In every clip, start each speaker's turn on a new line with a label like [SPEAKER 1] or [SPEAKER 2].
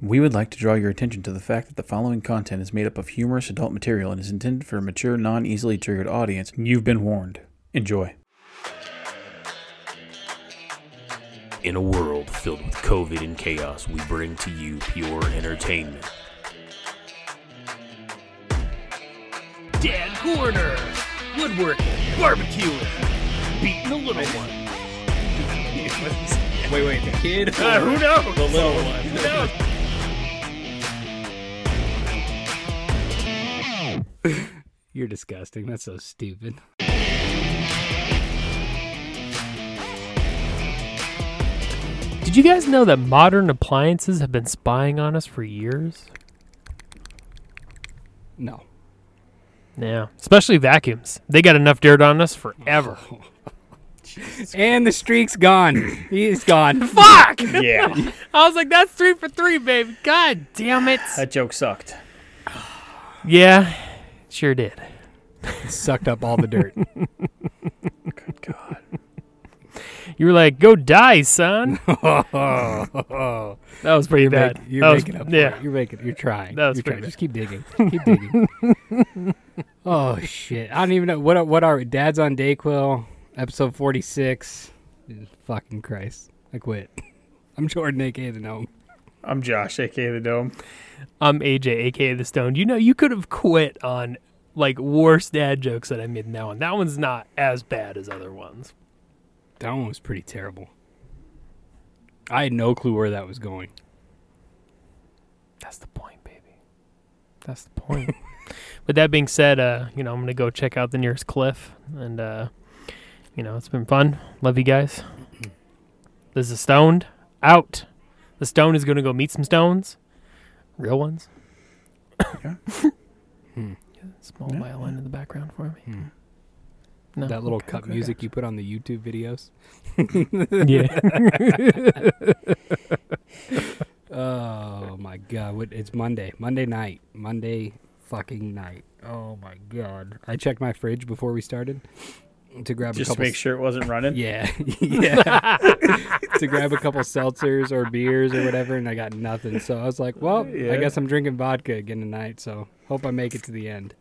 [SPEAKER 1] We would like to draw your attention to the fact that the following content is made up of humorous adult material and is intended for a mature, non easily triggered audience. You've been warned. Enjoy.
[SPEAKER 2] In a world filled with COVID and chaos, we bring to you pure entertainment. Dan Corner, woodworking, barbecuing, beating the little one.
[SPEAKER 3] Wait, wait, the kid?
[SPEAKER 2] Uh, who knows?
[SPEAKER 3] The little one.
[SPEAKER 4] You're disgusting. That's so stupid. Did you guys know that modern appliances have been spying on us for years?
[SPEAKER 3] No.
[SPEAKER 4] Yeah, especially vacuums. They got enough dirt on us forever.
[SPEAKER 3] And the streak's gone. He's gone.
[SPEAKER 4] Fuck!
[SPEAKER 1] Yeah.
[SPEAKER 4] I was like, that's three for three, babe. God damn it.
[SPEAKER 1] that joke sucked.
[SPEAKER 4] Yeah, sure did.
[SPEAKER 3] Sucked up all the dirt.
[SPEAKER 1] Good God.
[SPEAKER 4] You were like, go die, son. That was pretty
[SPEAKER 3] You're,
[SPEAKER 4] bad.
[SPEAKER 3] make, you're
[SPEAKER 4] That was-
[SPEAKER 3] making up. for
[SPEAKER 4] Yeah.
[SPEAKER 3] it. You're making. You're trying.
[SPEAKER 4] That was
[SPEAKER 3] you're
[SPEAKER 4] pretty
[SPEAKER 3] trying. Just keep digging. Keep digging. oh shit! I don't even know what. are- What are Dad's on Dayquil? Episode forty six. Fucking Christ! I quit. I'm Jordan, aka the gnome.
[SPEAKER 1] I'm Josh, aka The Dome.
[SPEAKER 4] I'm AJ, aka the Stone. You know, you could have quit on like worst dad jokes that I made in that one. That one's not as bad as other ones.
[SPEAKER 3] That one was pretty terrible. I had no clue where that was going.
[SPEAKER 4] That's the point, baby. That's the point. With that being said, uh, you know, I'm gonna go check out the nearest cliff and uh you know, it's been fun. Love you guys. This is Stoned. Out. The stone is gonna go meet some stones. Real ones.
[SPEAKER 1] Yeah.
[SPEAKER 3] Hmm.
[SPEAKER 4] Yeah, Small
[SPEAKER 1] Yeah,
[SPEAKER 4] violin in the background for me.
[SPEAKER 3] Hmm.
[SPEAKER 4] No.
[SPEAKER 3] That little
[SPEAKER 1] okay,
[SPEAKER 3] cut
[SPEAKER 1] okay,
[SPEAKER 3] music you put on the YouTube videos.
[SPEAKER 4] yeah.
[SPEAKER 3] Oh my god! What, it's Monday. Monday night. Monday fucking night. Oh my god! I checked my fridge before we started to grab a
[SPEAKER 1] Just to
[SPEAKER 3] couple.
[SPEAKER 1] make sure it wasn't running.
[SPEAKER 3] Yeah, yeah. to grab a couple seltzers or beers or whatever, and I got nothing. So I was like, "Well,
[SPEAKER 1] Yeah.
[SPEAKER 3] I guess I'm drinking vodka again tonight." So hope I make it to the end.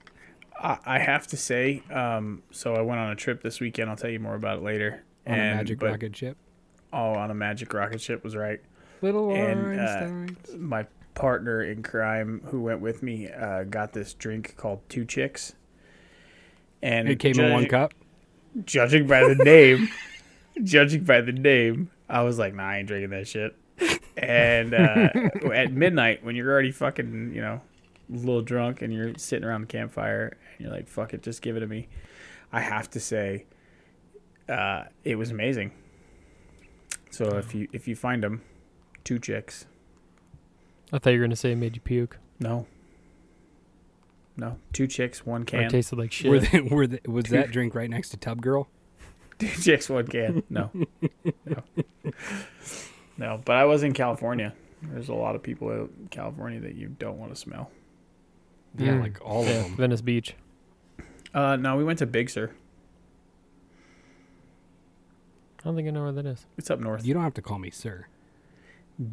[SPEAKER 1] I, I have to say, um, so I went on a trip this weekend. I'll tell you more about it later.
[SPEAKER 3] On
[SPEAKER 1] and,
[SPEAKER 3] a magic
[SPEAKER 1] but-
[SPEAKER 3] rocket ship.
[SPEAKER 1] Oh, on a magic rocket ship was right.
[SPEAKER 3] Little
[SPEAKER 1] and,
[SPEAKER 3] orange
[SPEAKER 1] uh,
[SPEAKER 3] stars.
[SPEAKER 1] my partner in crime who went with me uh, got this drink called Two Chicks. And
[SPEAKER 3] It came in one
[SPEAKER 1] judging-
[SPEAKER 3] cup.
[SPEAKER 1] Judging by the name, judging by the name, I was like, nah, I ain't drinking that shit. And uh, at midnight, when you're already fucking, you know, a little drunk and you're sitting around the campfire and you're like, fuck it, just give it to me. I have to say, uh, it was amazing. So if you if you find them, two chicks.
[SPEAKER 4] I thought you were gonna say it made you puke.
[SPEAKER 1] No. No, two chicks, one
[SPEAKER 4] Or it
[SPEAKER 1] can.
[SPEAKER 4] tasted like shit.
[SPEAKER 3] Were they, were they, was that drink right next to Tub Girl?
[SPEAKER 1] two chicks, one can. No. no. No, but I was in California. There's a lot of people in California that you don't want to smell.
[SPEAKER 3] Yeah,
[SPEAKER 4] Mm.
[SPEAKER 3] like all of
[SPEAKER 4] Yeah,
[SPEAKER 3] them.
[SPEAKER 4] Venice Beach.
[SPEAKER 1] Uh, no, we went to Big Sur.
[SPEAKER 4] I don't think I know where that is.
[SPEAKER 1] It's up north.
[SPEAKER 3] You don't have to call me sir.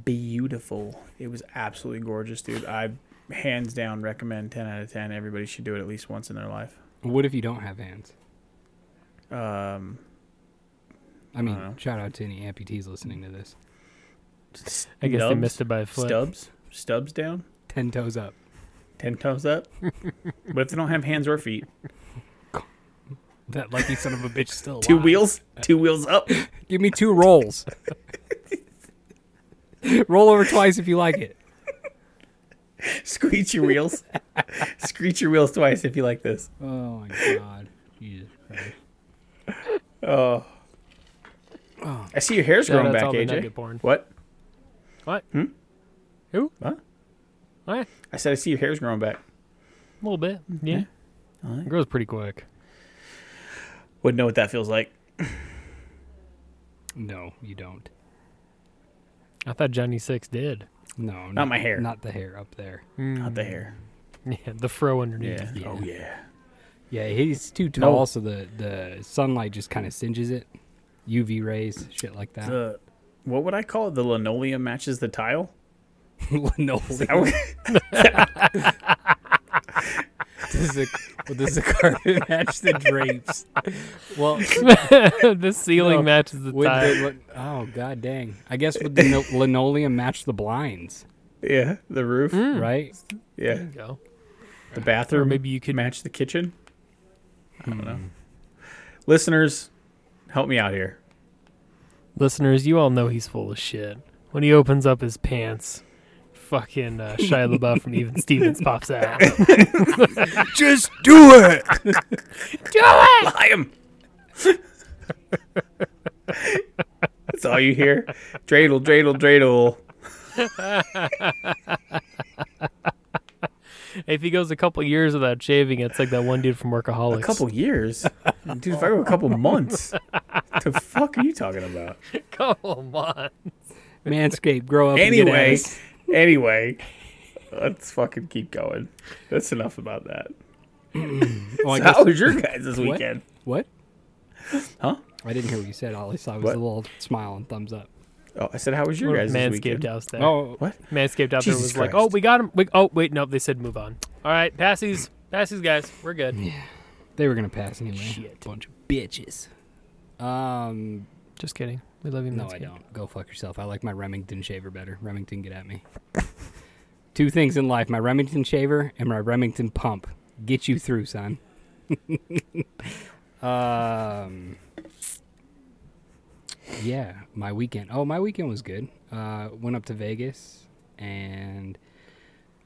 [SPEAKER 1] Beautiful. It was absolutely gorgeous, dude. I hands down recommend 10 out of 10. Everybody should do it at least once in their life.
[SPEAKER 3] What if you don't have hands?
[SPEAKER 1] Um,
[SPEAKER 3] I mean,
[SPEAKER 1] dunno.
[SPEAKER 3] shout out to any amputees listening to this.
[SPEAKER 4] I guess they
[SPEAKER 1] nubs,
[SPEAKER 4] missed it by a foot.
[SPEAKER 1] Stubs? Stubs down?
[SPEAKER 3] Ten toes up.
[SPEAKER 1] 10 toes up? what if they don't have hands or feet?
[SPEAKER 3] That lucky son of a bitch still.
[SPEAKER 1] Two
[SPEAKER 3] alive.
[SPEAKER 1] wheels? Two wheels up?
[SPEAKER 3] Give me two rolls. Roll over twice if you like it.
[SPEAKER 1] Screech your wheels. Screech your wheels twice if you like this.
[SPEAKER 3] Oh my god. Jesus Christ.
[SPEAKER 1] Oh. I see your hair's
[SPEAKER 4] Yeah,
[SPEAKER 1] growing
[SPEAKER 4] that's
[SPEAKER 1] back, eh?
[SPEAKER 4] all the
[SPEAKER 1] AJ.
[SPEAKER 4] nugget porn.
[SPEAKER 1] What?
[SPEAKER 4] What?
[SPEAKER 1] Hmm?
[SPEAKER 4] Who?
[SPEAKER 1] What?
[SPEAKER 4] What?
[SPEAKER 1] I said I see your hair's growing back.
[SPEAKER 4] A little bit.
[SPEAKER 1] Mm-hmm.
[SPEAKER 4] Yeah.
[SPEAKER 1] Alright.
[SPEAKER 4] It grows pretty quick.
[SPEAKER 1] Wouldn't know what that feels like.
[SPEAKER 3] No, you don't.
[SPEAKER 4] I thought Johnny Six did.
[SPEAKER 3] No, not,
[SPEAKER 1] my hair.
[SPEAKER 3] Not the hair up there.
[SPEAKER 1] Not the hair.
[SPEAKER 4] Mm, Yeah, the fro underneath.
[SPEAKER 1] Yeah.
[SPEAKER 3] Yeah.
[SPEAKER 1] Oh yeah.
[SPEAKER 3] Yeah, he's too
[SPEAKER 1] No.
[SPEAKER 3] tall, so the the sunlight just kind of singes it. UV rays, shit like that.
[SPEAKER 1] The what would I call it? The linoleum matches the tile.
[SPEAKER 3] linoleum.
[SPEAKER 1] That was-
[SPEAKER 3] Does the, well, does the carpet match the drapes? Well,
[SPEAKER 4] the ceiling
[SPEAKER 3] No,
[SPEAKER 4] matches the
[SPEAKER 3] would
[SPEAKER 4] tile.
[SPEAKER 3] the, li- oh god dang! I guess would the no- linoleum match the blinds?
[SPEAKER 1] yeah, the roof.
[SPEAKER 3] Right?
[SPEAKER 1] Yeah,
[SPEAKER 4] Go. Hmm?
[SPEAKER 1] the
[SPEAKER 4] Or
[SPEAKER 1] bathroom.
[SPEAKER 4] maybe you could. Hmm.
[SPEAKER 1] match the kitchen. I don't know. Listeners, help me out here.
[SPEAKER 4] Listeners, you all know he's full of shit. When he opens up his pants, fucking uh, Shia LaBeouf from Even Stevens pops out.
[SPEAKER 3] Just do it.
[SPEAKER 1] Lie him. That's all you hear. Dreidel, dreidel, dreidel.
[SPEAKER 4] if he goes a couple years without shaving, it's like that one dude from Workaholics.
[SPEAKER 1] A couple years, dude. If I go a couple months, the fuck are you talking about?
[SPEAKER 4] couple months.
[SPEAKER 3] Manscaped, grow up. and get
[SPEAKER 1] Anyway,
[SPEAKER 3] ass.
[SPEAKER 1] anyway, let's fucking keep going. That's enough about that.
[SPEAKER 3] Oh, I
[SPEAKER 1] So
[SPEAKER 3] guess-
[SPEAKER 1] how was your guys this weekend?
[SPEAKER 3] What?
[SPEAKER 1] Huh?
[SPEAKER 3] I didn't hear what you said. All I saw was
[SPEAKER 1] What?
[SPEAKER 3] a little smile and thumbs up.
[SPEAKER 1] Oh, I said, how was your guys this
[SPEAKER 4] Manscaped
[SPEAKER 1] weekend?
[SPEAKER 4] out there.
[SPEAKER 3] Oh,
[SPEAKER 1] What?
[SPEAKER 4] Manscaped out there
[SPEAKER 1] Jesus
[SPEAKER 4] was like,
[SPEAKER 1] Christ.
[SPEAKER 4] oh, we got him. We, oh, wait, nope. They said move on. All right, passies, passies, guys. We're good.
[SPEAKER 3] they were gonna pass anyway.
[SPEAKER 4] Shit.
[SPEAKER 3] bunch of bitches. Um,
[SPEAKER 4] Just kidding. We love you,
[SPEAKER 3] no,
[SPEAKER 4] Manscaped.
[SPEAKER 3] I don't. Go fuck yourself. I like my Remington shaver better. Remington, get at me. Two things in life: my Remington shaver and my Remington pump. Get you through, son. um, yeah, my weekend. Oh, my weekend was good. Uh, went up to Vegas and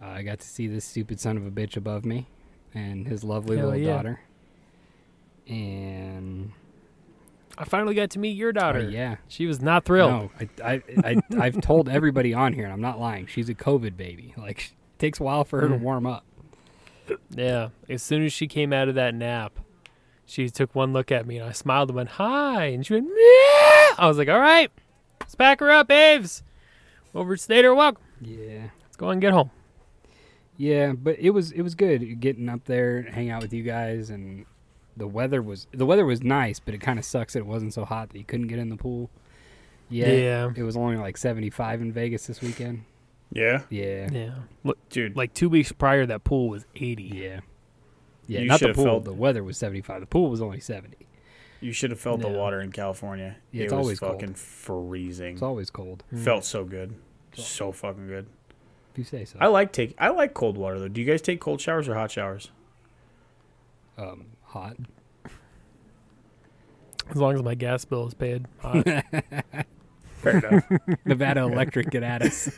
[SPEAKER 3] uh, I got to see this stupid son of a bitch above me and his lovely
[SPEAKER 4] Hell
[SPEAKER 3] little
[SPEAKER 4] yeah.
[SPEAKER 3] daughter. And
[SPEAKER 4] I finally got to meet your
[SPEAKER 3] oh,
[SPEAKER 4] daughter.
[SPEAKER 3] yeah,
[SPEAKER 4] She was not thrilled.
[SPEAKER 3] no, I, I, I, I've told everybody on here, and I'm not lying. She's a COVID baby. Like, it takes a while for her to warm up.
[SPEAKER 4] Yeah. As soon as she came out of that nap, she took one look at me and I smiled and went, Hi. And she went, Meow. I was like, All right, let's pack her up, Aves. Over to Stater Walk.
[SPEAKER 3] Yeah,
[SPEAKER 4] Let's go and get home.
[SPEAKER 3] yeah, but it was it was good getting up there, hang out with you guys, and the weather was the weather was nice, but it kind of sucks that it wasn't so hot that you couldn't get in the pool. Yeah,
[SPEAKER 4] Yeah.
[SPEAKER 3] it was only like 75 in Vegas this weekend.
[SPEAKER 1] Yeah,
[SPEAKER 3] Yeah,
[SPEAKER 4] Yeah. Look,
[SPEAKER 1] dude.
[SPEAKER 4] like two weeks prior, that pool was 80.
[SPEAKER 3] yeah, yeah.
[SPEAKER 1] You
[SPEAKER 3] not the
[SPEAKER 1] should've
[SPEAKER 3] pool.
[SPEAKER 1] felt-
[SPEAKER 3] The weather was 75. The pool was only 70.
[SPEAKER 1] You should have felt
[SPEAKER 4] Yeah.
[SPEAKER 1] the water in California.
[SPEAKER 3] Yeah,
[SPEAKER 1] it
[SPEAKER 3] it's
[SPEAKER 1] was
[SPEAKER 3] always cold.
[SPEAKER 1] fucking freezing.
[SPEAKER 3] It's Mm. always cold.
[SPEAKER 1] Felt so good, so fucking good.
[SPEAKER 3] If you say so.
[SPEAKER 1] I like take I like cold water though. Do you guys take cold showers or hot showers?
[SPEAKER 3] um, hot.
[SPEAKER 4] As long as my gas bill is paid. Uh, Hot.
[SPEAKER 1] Fair enough.
[SPEAKER 3] Nevada Electric, get at us.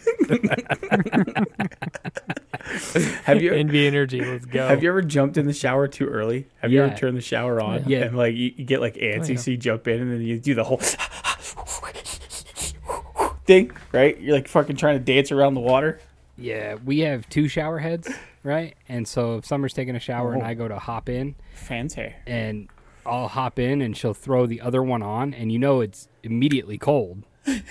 [SPEAKER 1] Have you
[SPEAKER 4] NV Energy, let's go.
[SPEAKER 1] have you ever jumped in the shower too early? Have you
[SPEAKER 3] uh, Yeah.
[SPEAKER 1] ever turned the shower on
[SPEAKER 3] Yeah. Oh,
[SPEAKER 1] and like you, you get like antsy,
[SPEAKER 4] yeah.
[SPEAKER 1] so you jump in and then you do the whole thing, right? You're like fucking trying to dance around the water.
[SPEAKER 3] Yeah, we have two shower heads, right? And so if Summer's taking a shower
[SPEAKER 1] Oh.
[SPEAKER 3] and I go to hop in,
[SPEAKER 1] Fancy.
[SPEAKER 3] and I'll hop in and she'll throw the other one on, and you know it's immediately cold. and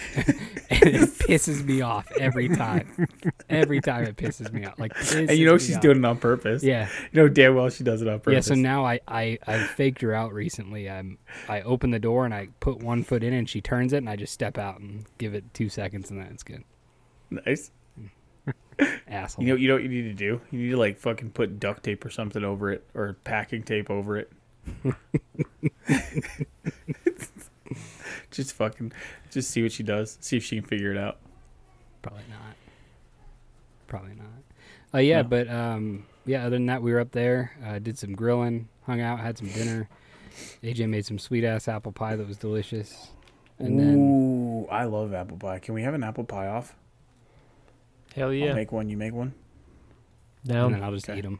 [SPEAKER 3] it pisses me off every time. Every time it pisses me off. Like,
[SPEAKER 1] And you know
[SPEAKER 3] pisses me
[SPEAKER 1] she's
[SPEAKER 3] off.
[SPEAKER 1] doing it on purpose.
[SPEAKER 3] Yeah.
[SPEAKER 1] You know damn well she does it on
[SPEAKER 3] Yeah,
[SPEAKER 1] purpose.
[SPEAKER 3] so now I, I, I faked her out recently. I'm I open the door and I put one foot in and she turns it and I just step out and give it two seconds and then it's good.
[SPEAKER 1] nice.
[SPEAKER 3] Asshole.
[SPEAKER 1] You know, you know what you need to do? You need to like fucking put duct tape or something over it, or packing tape over it. just fucking, just see what she does. See if she can figure it out.
[SPEAKER 3] Probably not. Probably not. Uh, yeah,
[SPEAKER 1] No.
[SPEAKER 3] but um, yeah. Other than that, we were up there, uh, did some grilling, hung out, had some dinner. AJ made some sweet ass apple pie that was delicious, and then
[SPEAKER 1] Ooh, I love apple pie. Can we have an apple pie off?
[SPEAKER 4] Hell
[SPEAKER 1] I'll
[SPEAKER 4] yeah.
[SPEAKER 1] make one. You make one.
[SPEAKER 3] and then
[SPEAKER 4] Down.
[SPEAKER 3] I'll just eat
[SPEAKER 1] okay.
[SPEAKER 3] 'em.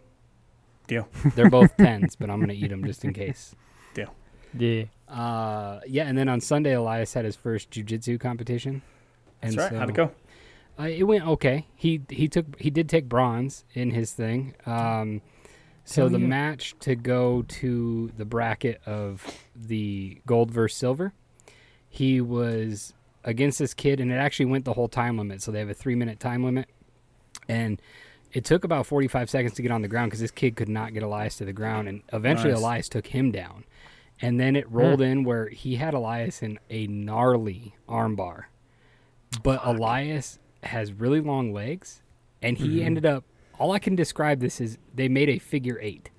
[SPEAKER 1] Deal.
[SPEAKER 3] They're both tens, but I'm gonna eat them just in case.
[SPEAKER 1] Deal.
[SPEAKER 4] Yeah.
[SPEAKER 3] Uh, yeah, and then on Sunday, Elias had his first jujitsu competition.
[SPEAKER 1] That's
[SPEAKER 3] And
[SPEAKER 1] right. How'd
[SPEAKER 3] so-
[SPEAKER 1] it go?
[SPEAKER 3] Uh, it went okay. He he took he did take bronze in his thing. Um, so
[SPEAKER 4] Hell
[SPEAKER 3] the
[SPEAKER 4] yeah.
[SPEAKER 3] match to go to the bracket of the gold versus silver, he was against this kid, and it actually went the whole time limit. So they have a three minute time limit, and it took about forty five seconds to get on the ground because this kid could not get Elias to the ground, and eventually
[SPEAKER 1] Nice.
[SPEAKER 3] Elias took him down, and then it rolled in where he had Elias in a gnarly armbar. But Elias has really long legs, and he ended up. All I can describe this is they made a figure eight.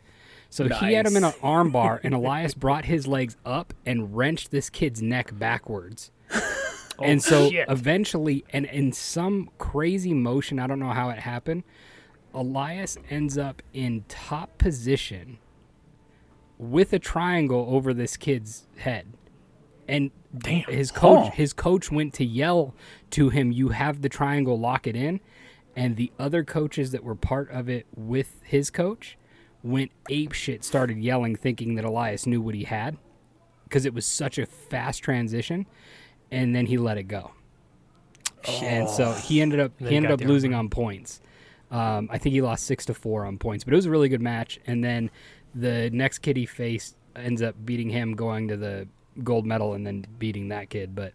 [SPEAKER 3] So he had him in an
[SPEAKER 1] Nice.
[SPEAKER 3] arm bar, and Elias brought his legs up and wrenched this kid's neck backwards. and so
[SPEAKER 4] shit.
[SPEAKER 3] eventually, and in some crazy motion, I don't know how it happened, Elias ends up in top position with a triangle over this kid's head. And
[SPEAKER 4] Damn.
[SPEAKER 3] his coach
[SPEAKER 1] Huh.
[SPEAKER 3] his coach went to yell to him, "You have the triangle, lock it in." And the other coaches that were part of it with his coach went ape shit, started yelling, thinking that Elias knew what he had because it was such a fast transition, and then he let it go. And so he ended up
[SPEAKER 4] Oh. Then
[SPEAKER 3] he ended
[SPEAKER 4] got
[SPEAKER 3] up
[SPEAKER 4] the
[SPEAKER 3] losing on points. Um, I think he lost six to four on points, but it was a really good match. And then the next kid he faced ends up beating him, going to the gold medal, and then beating that kid. But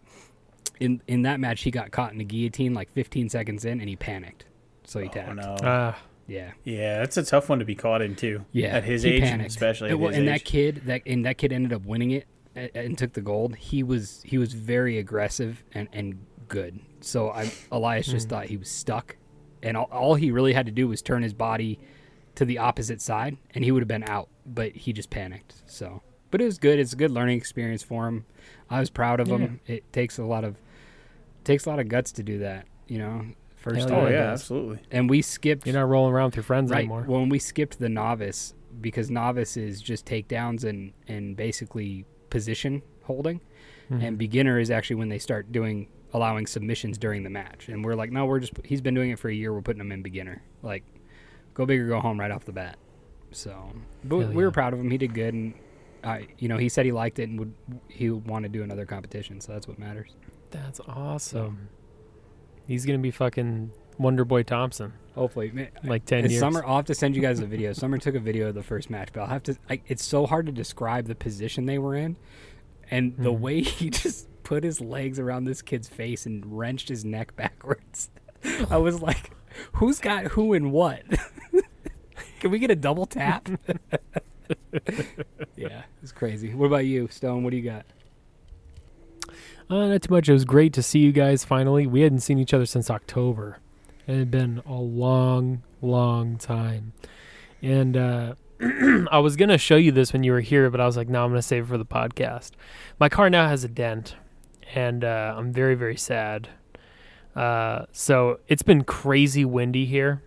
[SPEAKER 3] in in that match, he got caught in the guillotine like 15 seconds in, and he panicked, so he
[SPEAKER 1] Oh,
[SPEAKER 3] tapped.
[SPEAKER 1] no.
[SPEAKER 4] Uh,
[SPEAKER 3] Yeah,
[SPEAKER 1] Yeah, that's a tough one to be caught in too.
[SPEAKER 3] yeah.
[SPEAKER 1] at his
[SPEAKER 3] he
[SPEAKER 1] age, and
[SPEAKER 3] panicked.
[SPEAKER 1] especially at
[SPEAKER 3] And, well,
[SPEAKER 1] his
[SPEAKER 3] and
[SPEAKER 1] age.
[SPEAKER 3] that kid that and that kid ended up winning it and, and took the gold. He was he was very aggressive and and good. So I Elias just thought he was stuck, and all, all he really had to do was turn his body to the opposite side, and he would have been out. But he just panicked. So, but it was good. It's a good learning experience for him. I was proud of him. It takes a lot of takes a lot of guts to do that. You know, first
[SPEAKER 4] Hell
[SPEAKER 3] time.
[SPEAKER 1] oh yeah,
[SPEAKER 4] does.
[SPEAKER 1] absolutely.
[SPEAKER 3] And we skipped
[SPEAKER 4] you're not rolling around with your friends
[SPEAKER 3] right.
[SPEAKER 4] anymore.
[SPEAKER 3] Well, and we skipped the novice because novice is just takedowns and and basically position holding,
[SPEAKER 4] Mm-hmm.
[SPEAKER 3] and beginner is actually when they start doing allowing submissions during the match. And we're like, no, we're just he's been doing it for a year. We're putting him in beginner. Like, go big or go home right off the bat. So, but
[SPEAKER 4] Hell
[SPEAKER 3] we
[SPEAKER 4] yeah.
[SPEAKER 3] were proud of him. He did good, and I, you know, he said he liked it and would he would want to do another competition. So that's what matters.
[SPEAKER 4] That's awesome. He's gonna be fucking Wonder Boy Thompson
[SPEAKER 3] Hopefully, man,
[SPEAKER 4] in like ten
[SPEAKER 3] And
[SPEAKER 4] years.
[SPEAKER 3] Summer, I'll have to send you guys a video. Summer took a video of the first match, but I'll have to. I, it's so hard to describe the position they were in, and the
[SPEAKER 4] Hmm.
[SPEAKER 3] way he just put his legs around this kid's face and wrenched his neck backwards. I was like, "Who's got who and what?" Can we get a double tap? yeah, it's crazy. What about you, Stone? What do you got?
[SPEAKER 4] Uh, not too much. It was great to see you guys finally. We hadn't seen each other since October. It had been a long, long time. And uh, I was going to show you this when you were here, but I was like, no, I'm going to save it for the podcast. My car now has a dent, and uh, I'm very, very sad. Uh, so it's been crazy windy here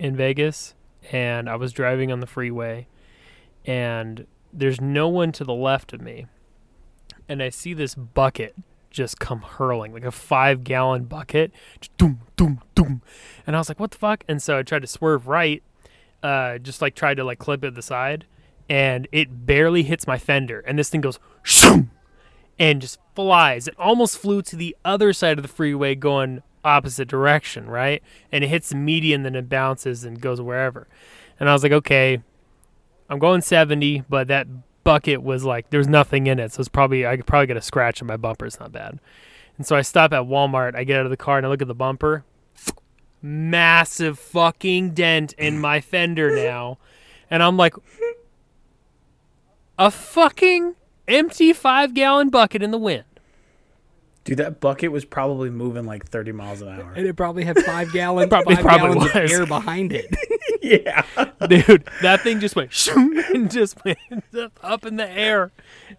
[SPEAKER 4] in Vegas, and I was driving on the freeway, and there's no one to the left of me. And I see this bucket just come hurling like a five gallon bucket just doom doom doom and i was like what the fuck and so i tried to swerve right uh just like tried to like clip it to the side and it barely hits my fender and this thing goes shoom and just flies it almost flew to the other side of the freeway going opposite direction right and it hits the median then it bounces and goes wherever and i was like okay i'm going 70 but that bucket was like there was nothing in it so it's probably i could probably get a scratch on my bumper it's not bad and so I stop at Walmart. I get out of the car and I look at the bumper. Massive fucking dent in my fender now. And I'm like, a fucking empty five gallon bucket in the wind.
[SPEAKER 1] Dude, that bucket was probably moving like 30 miles an hour.
[SPEAKER 3] And it probably had five gallons,
[SPEAKER 4] Probably-
[SPEAKER 3] five
[SPEAKER 4] probably
[SPEAKER 3] gallons of
[SPEAKER 4] was.
[SPEAKER 3] air behind it.
[SPEAKER 1] yeah.
[SPEAKER 4] Dude, that thing just went shoom and just went up- up in the air.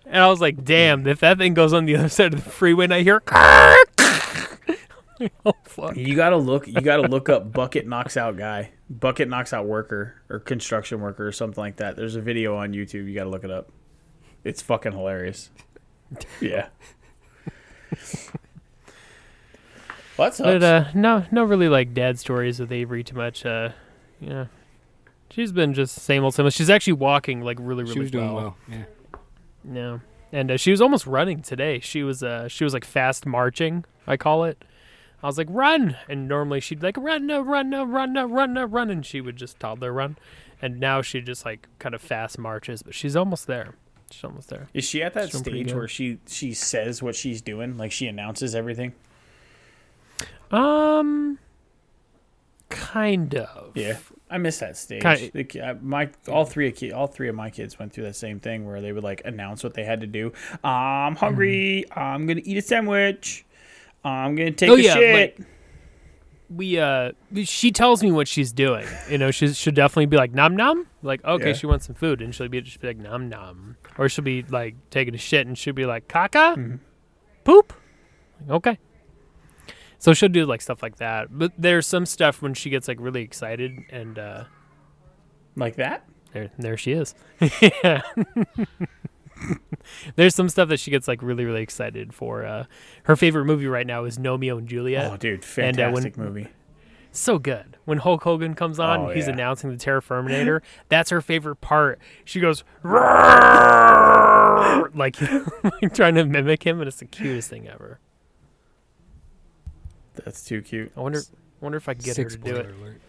[SPEAKER 4] And I was like, damn, if that thing goes on the other side of the freeway and I hear, oh, fuck.
[SPEAKER 1] You gotta look. You gotta look up bucket knocks out guy, bucket knocks out worker, or construction worker, or something like that. There's a video on YouTube. You gotta look it up. It's fucking hilarious. Yeah. Well, that
[SPEAKER 4] But
[SPEAKER 1] sucks.
[SPEAKER 4] uh, no, no, really like dad stories with Avery too much. Uh, yeah, she's been just same old same old. She's actually walking like really, really
[SPEAKER 3] She was doing
[SPEAKER 4] well.
[SPEAKER 3] well. Yeah.
[SPEAKER 4] Yeah, and uh, she was almost running today. She was uh, she was like fast marching. I call it. I was like run, and normally she'd be like run, no, run, no, run, no, run, no, run, and she would just toddler run, and now she just like kind of fast marches. But she's almost there. She's almost there.
[SPEAKER 1] Is she at that
[SPEAKER 4] She's doing pretty
[SPEAKER 1] stage
[SPEAKER 4] good.
[SPEAKER 1] where she she says what she's doing, like she announces everything?
[SPEAKER 4] Um, kind of.
[SPEAKER 1] Yeah, I miss that stage.
[SPEAKER 4] Ki-
[SPEAKER 1] The ki- I- my all three of ki- all three of my kids went through that same thing where they would like announce what they had to do. I'm hungry. I'm gonna eat a sandwich. I'm gonna take
[SPEAKER 4] Mm-hmm. Oh,
[SPEAKER 1] a
[SPEAKER 4] yeah,
[SPEAKER 1] shit.
[SPEAKER 4] we uh she tells me what she's doing. You know, she should definitely be like nom nom. Like, okay,
[SPEAKER 1] Yeah.
[SPEAKER 4] she wants some food, and she'll be just be like nom nom, or she'll be like taking a shit, and she'll be like caca,
[SPEAKER 1] Mm-hmm.
[SPEAKER 4] poop. Like, okay. So she'll do like stuff like that. But there's some stuff when she gets like really excited, and uh
[SPEAKER 1] Like that?
[SPEAKER 4] there, there she is. yeah. There's some stuff that she gets like really, really excited for. Uh, her favorite movie right now is Romeo and Juliet.
[SPEAKER 1] Oh, dude,
[SPEAKER 4] And, uh, when-
[SPEAKER 1] fantastic movie.
[SPEAKER 4] so good. When Hulk Hogan comes on,
[SPEAKER 1] Oh,
[SPEAKER 4] he's
[SPEAKER 1] yeah.
[SPEAKER 4] announcing the Terraforminator. That's her favorite part. She goes "Roar," like, like trying to mimic him, and it's the cutest thing ever.
[SPEAKER 1] That's too cute.
[SPEAKER 4] I wonder, wonder if I could get
[SPEAKER 3] Six
[SPEAKER 4] her to do
[SPEAKER 3] spoiler
[SPEAKER 4] it.
[SPEAKER 3] alert.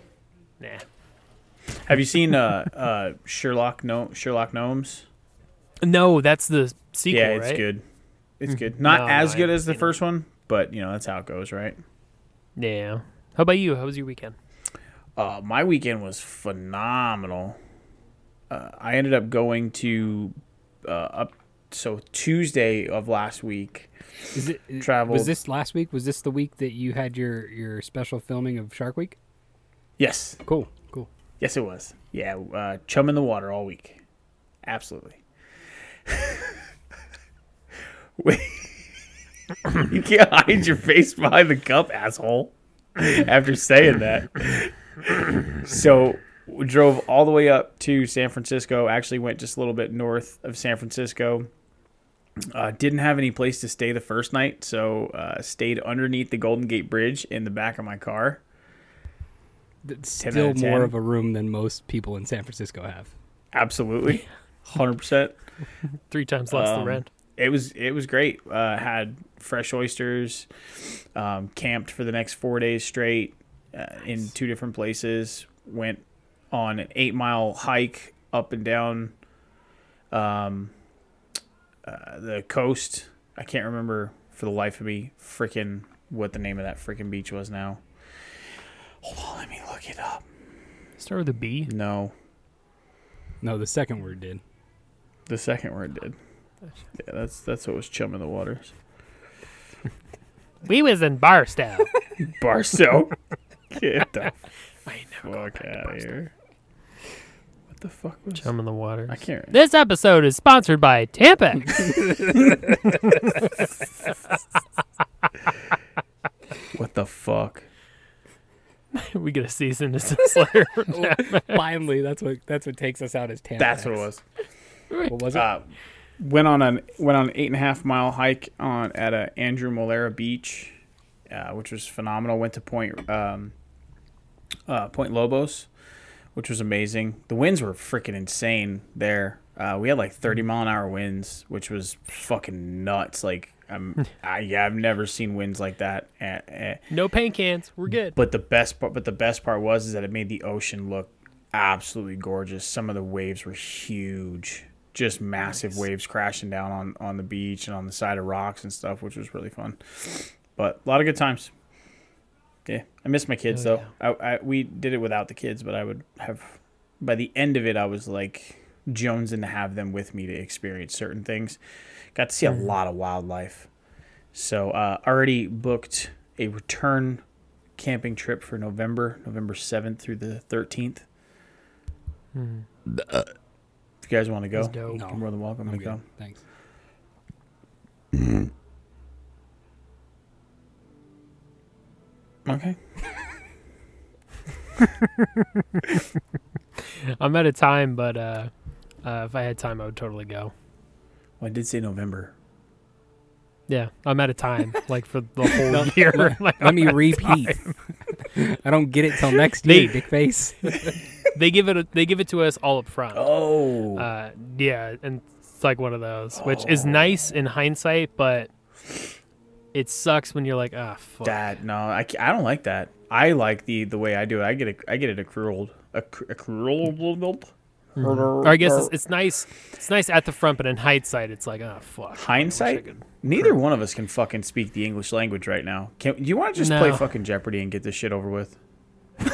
[SPEAKER 4] Nah.
[SPEAKER 1] Have you seen uh, uh, Sherlock no- Sherlock Gnomes?
[SPEAKER 4] No, that's the sequel,
[SPEAKER 1] yeah, it's
[SPEAKER 4] right? Mm-hmm.
[SPEAKER 1] good. It's good. Not
[SPEAKER 4] No,
[SPEAKER 1] as
[SPEAKER 4] no, I
[SPEAKER 1] good
[SPEAKER 4] haven't
[SPEAKER 1] as the
[SPEAKER 4] seen it.
[SPEAKER 1] first one, but you know that's how it goes, right?
[SPEAKER 4] Yeah. How about you? How was your weekend?
[SPEAKER 1] Uh, my weekend was phenomenal. Uh, I ended up going to uh, up so Tuesday of last week.
[SPEAKER 3] Is it, i-
[SPEAKER 1] Traveled.
[SPEAKER 3] Was this last week? Was this the week that you had your your special filming of Shark Week?
[SPEAKER 1] Yes,
[SPEAKER 3] Cool, cool.
[SPEAKER 1] yes, it was. Yeah, uh, chum in the water all week. Absolutely. Wait. you can't hide your face behind the cup, asshole. After saying that, so we drove all the way up to San Francisco. Actually, went just a little bit north of San Francisco. Uh, didn't have any place to stay the first night, so uh, stayed underneath the Golden Gate Bridge in the back of my car.
[SPEAKER 3] That's
[SPEAKER 1] 10
[SPEAKER 3] still
[SPEAKER 1] out of
[SPEAKER 3] more
[SPEAKER 1] 10.
[SPEAKER 3] of a room than most people in San Francisco have.
[SPEAKER 1] Absolutely, hundred percent.
[SPEAKER 4] Three times less
[SPEAKER 1] Um,
[SPEAKER 4] than rent.
[SPEAKER 1] it was it was great. Uh, had fresh oysters, um, camped for the next four days straight uh, in two different places. Went on an eight mile hike up and down um, uh, the coast. I can't remember for the life of me freaking what the name of that freaking beach was now. Hold on, let me look it up.
[SPEAKER 4] Start with a B.
[SPEAKER 1] No,
[SPEAKER 3] No, the second word did.
[SPEAKER 1] the second word did. Yeah, that's that's what was chum in the waters.
[SPEAKER 4] We was in Barstow.
[SPEAKER 1] Barstow. Get the
[SPEAKER 4] I never
[SPEAKER 1] fuck out of here. What the fuck was
[SPEAKER 4] Chum in the water.
[SPEAKER 1] I can't remember.
[SPEAKER 4] This episode is sponsored by Tampax.
[SPEAKER 1] What the fuck?
[SPEAKER 4] we get a cease and desist letter.
[SPEAKER 3] Finally, that's what that's what takes us out as Tampax.
[SPEAKER 1] That's what it was.
[SPEAKER 3] What was it?
[SPEAKER 1] Uh, went on an went on an eight and a half mile hike on at a Andrew Molera Beach, uh, which was phenomenal. Went to Point um, uh, Point Lobos, which was amazing. The winds were freaking insane there. Uh, we had like thirty mile an hour winds, which was fucking nuts. Like I'm, I, yeah, I've never seen winds like that. Eh, eh.
[SPEAKER 4] no paint cans. We're good.
[SPEAKER 1] But the best part, but the best part was is that it made the ocean look absolutely gorgeous. Some of the waves were huge, just massive waves crashing down on on the beach and on the side of rocks and stuff, which was really fun. But a lot of good times. Yeah, I miss my kids
[SPEAKER 4] Oh,
[SPEAKER 1] though. I, I we did it without the kids, but I would have by the end of it, I was like jonesing to have them with me to experience certain things. Got to see a lot of wildlife. So uh, already booked a return camping trip for November, November 7th through the 13th. If you guys want to go,
[SPEAKER 4] That's dope.
[SPEAKER 1] you're more than welcome
[SPEAKER 3] I'm
[SPEAKER 1] to
[SPEAKER 3] good.
[SPEAKER 1] come.
[SPEAKER 3] Thanks.
[SPEAKER 1] Okay.
[SPEAKER 4] I'm out of time, but uh, uh, if I had time, I would totally go.
[SPEAKER 1] Well, Oh, I did say November.
[SPEAKER 4] Yeah, I'm out of time, like for the whole year. like,
[SPEAKER 3] Let me repeat. I don't get it till next
[SPEAKER 4] They-
[SPEAKER 3] year, dick face.
[SPEAKER 4] they give it, they give it to us all up front.
[SPEAKER 1] Oh.
[SPEAKER 4] Uh, yeah, and it's like one of those, which is nice in hindsight, but it sucks when you're like, ah, fuck.
[SPEAKER 1] that no, I, ca- I don't like that. I like the the way I do it. I get it. I get it accrual. Accru- accrual.
[SPEAKER 4] Or I guess it's, it's nice. It's nice at the front, but in hindsight, it's like, ah, fuck.
[SPEAKER 1] hindsight. Neither one of us can fucking speak the English language right now. Can do you want to just play
[SPEAKER 4] No.
[SPEAKER 1] fucking Jeopardy and get this shit over with?
[SPEAKER 4] That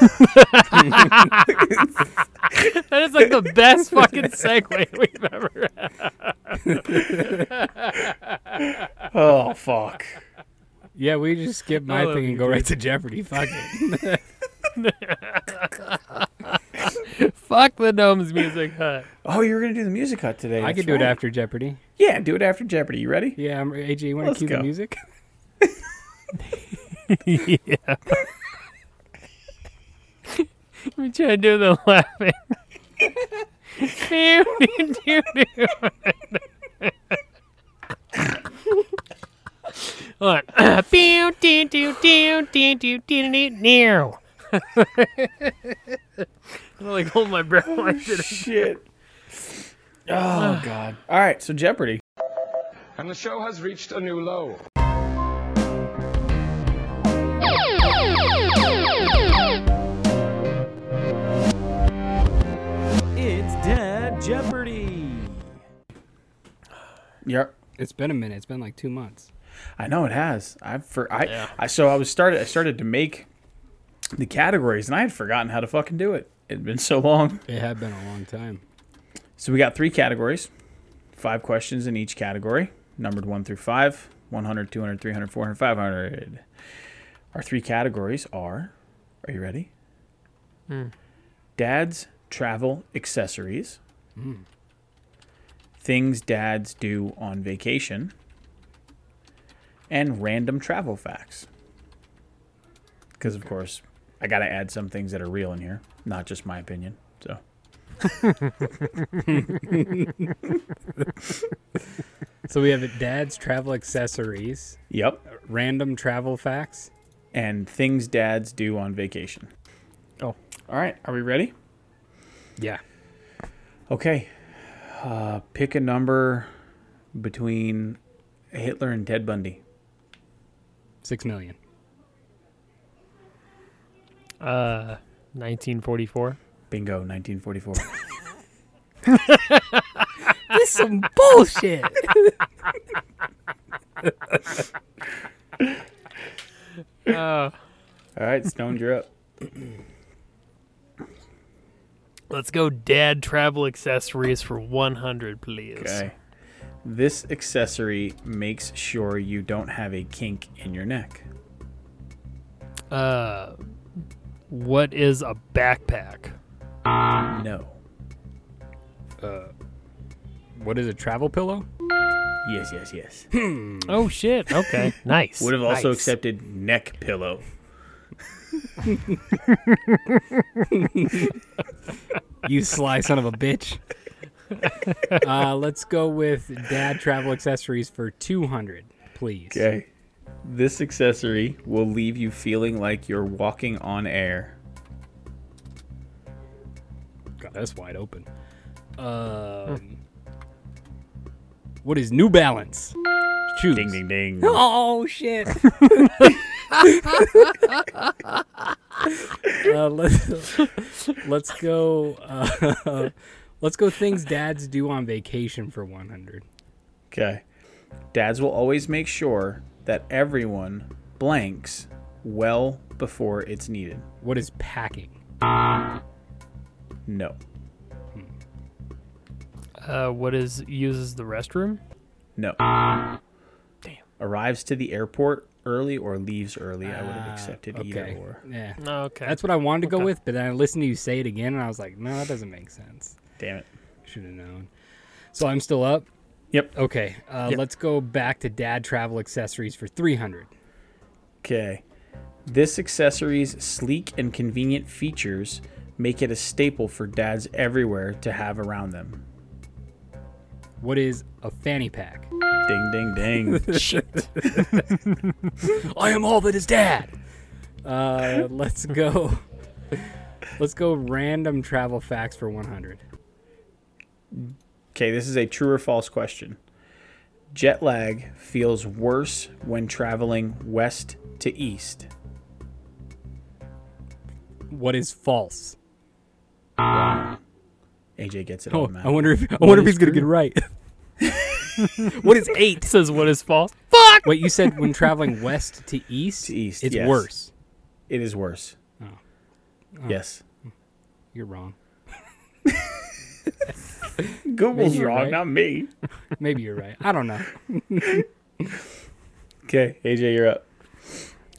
[SPEAKER 4] is like the best fucking segue we've ever had.
[SPEAKER 1] Oh fuck.
[SPEAKER 3] Yeah, we just skip my
[SPEAKER 4] love
[SPEAKER 3] thing and
[SPEAKER 4] you,
[SPEAKER 3] go
[SPEAKER 4] dude.
[SPEAKER 3] right to Jeopardy. Fuck it. Fuck.
[SPEAKER 4] the gnomes music hut.
[SPEAKER 1] Oh, you were gonna do the music hut today.
[SPEAKER 3] I
[SPEAKER 1] That's
[SPEAKER 3] can do it
[SPEAKER 1] right.
[SPEAKER 3] after Jeopardy.
[SPEAKER 1] Yeah, do it after Jeopardy. You ready?
[SPEAKER 3] Yeah, I'm, AJ, you want to
[SPEAKER 1] Let's
[SPEAKER 3] cue
[SPEAKER 1] go.
[SPEAKER 3] the music?
[SPEAKER 4] yeah. I'm trying to do the laughing. do, do, do, do. Hold on. Pew, do, do, do, do, do, do, do, do. I'm like hold my breath. Like this.
[SPEAKER 1] Shit. Oh god. All right, so Jeopardy.
[SPEAKER 5] and the show has reached a new low.
[SPEAKER 1] It's Dad Jeopardy. Yep.
[SPEAKER 3] It's been a minute. It's been like two months.
[SPEAKER 1] I know it has. I for I, I so I was started I started to make the categories and I had forgotten how to fucking do it. It'd been so long.
[SPEAKER 3] It had been a long time.
[SPEAKER 1] So we got three categories, five questions in each category, numbered 1 through 5, 100, 200, 300, 400, 500. Our three categories are Are you ready? Dad's travel accessories. Things dads do on vacation. And random travel facts. Because, of course, I got to add some things that are real in here, not just my opinion. So.
[SPEAKER 3] So we have it Dad's Travel Accessories,
[SPEAKER 1] Yep.
[SPEAKER 3] Random Travel Facts.
[SPEAKER 1] and things dads do on vacation.
[SPEAKER 3] Oh.
[SPEAKER 1] All right. Are we ready?
[SPEAKER 3] Yeah.
[SPEAKER 1] Okay. Uh, pick a number between Hitler and Ted Bundy.
[SPEAKER 3] Six million.
[SPEAKER 4] Uh, 1944.
[SPEAKER 1] Bingo, 1944.
[SPEAKER 3] This is some bullshit.
[SPEAKER 4] Uh,
[SPEAKER 1] All right, Stoned, you're up.
[SPEAKER 4] let's go, Dad. Travel accessories for 100, please.
[SPEAKER 1] Okay. This accessory makes sure you don't have a kink in your neck.
[SPEAKER 4] Uh, what is a backpack?
[SPEAKER 1] No.
[SPEAKER 3] What is a travel pillow?
[SPEAKER 1] Yes, yes, yes.
[SPEAKER 4] Oh shit! Okay, nice.
[SPEAKER 1] Would have also
[SPEAKER 4] nice.
[SPEAKER 1] accepted neck pillow.
[SPEAKER 3] You sly son of a bitch. Uh, let's go with Dad Travel Accessories for 200, please.
[SPEAKER 1] Okay. This accessory will leave you feeling like you're walking on air.
[SPEAKER 3] God, that's wide open. Um, what is New Balance? Shoes.
[SPEAKER 1] Ding, ding, ding.
[SPEAKER 3] Oh shit. uh, let's let's go. Uh, let's go. Things dads do on vacation for 100.
[SPEAKER 1] Okay. Dads will always make sure that everyone blanks well before it's needed.
[SPEAKER 3] What is packing?
[SPEAKER 1] No.
[SPEAKER 4] Uh, what is uses the restroom?
[SPEAKER 1] No. Damn. Arrives to the airport early or leaves early. I would have accepted either
[SPEAKER 3] Ah, Okay.
[SPEAKER 1] or.
[SPEAKER 3] Yeah.
[SPEAKER 4] Okay,
[SPEAKER 3] That's what I wanted to go
[SPEAKER 4] Okay.
[SPEAKER 3] with, but then I listened to you say it again, and I was like, no, that doesn't make sense.
[SPEAKER 1] Damn it.
[SPEAKER 3] Should have known. So I'm still up.
[SPEAKER 1] Yep.
[SPEAKER 3] Okay, uh,
[SPEAKER 4] Yep.
[SPEAKER 3] let's go back to dad travel accessories for 300.
[SPEAKER 1] Okay. This accessory's sleek and convenient features make it a staple for dads everywhere to have around them.
[SPEAKER 3] What is a fanny pack?
[SPEAKER 1] Ding, ding, ding.
[SPEAKER 3] Shit. I am all that is dad. Uh, let's go. Let's go random travel facts for 100.
[SPEAKER 1] okay, this is a true or false question. Jet lag feels worse when traveling west to east.
[SPEAKER 3] What is false?
[SPEAKER 1] AJ gets it.
[SPEAKER 3] Oh,
[SPEAKER 1] on the map.
[SPEAKER 3] I wonder if I wonder if he's gonna get it right. what is
[SPEAKER 4] eight says what is false.
[SPEAKER 3] Wait, you said when traveling west to east,
[SPEAKER 1] To east,
[SPEAKER 3] it's
[SPEAKER 1] yes.
[SPEAKER 3] worse.
[SPEAKER 1] It is worse. Yes.
[SPEAKER 3] You're wrong.
[SPEAKER 1] Google's
[SPEAKER 3] Maybe you're
[SPEAKER 1] wrong,
[SPEAKER 3] right.
[SPEAKER 1] not me.
[SPEAKER 3] Maybe you're right. I don't know.
[SPEAKER 1] Okay, AJ, you're up.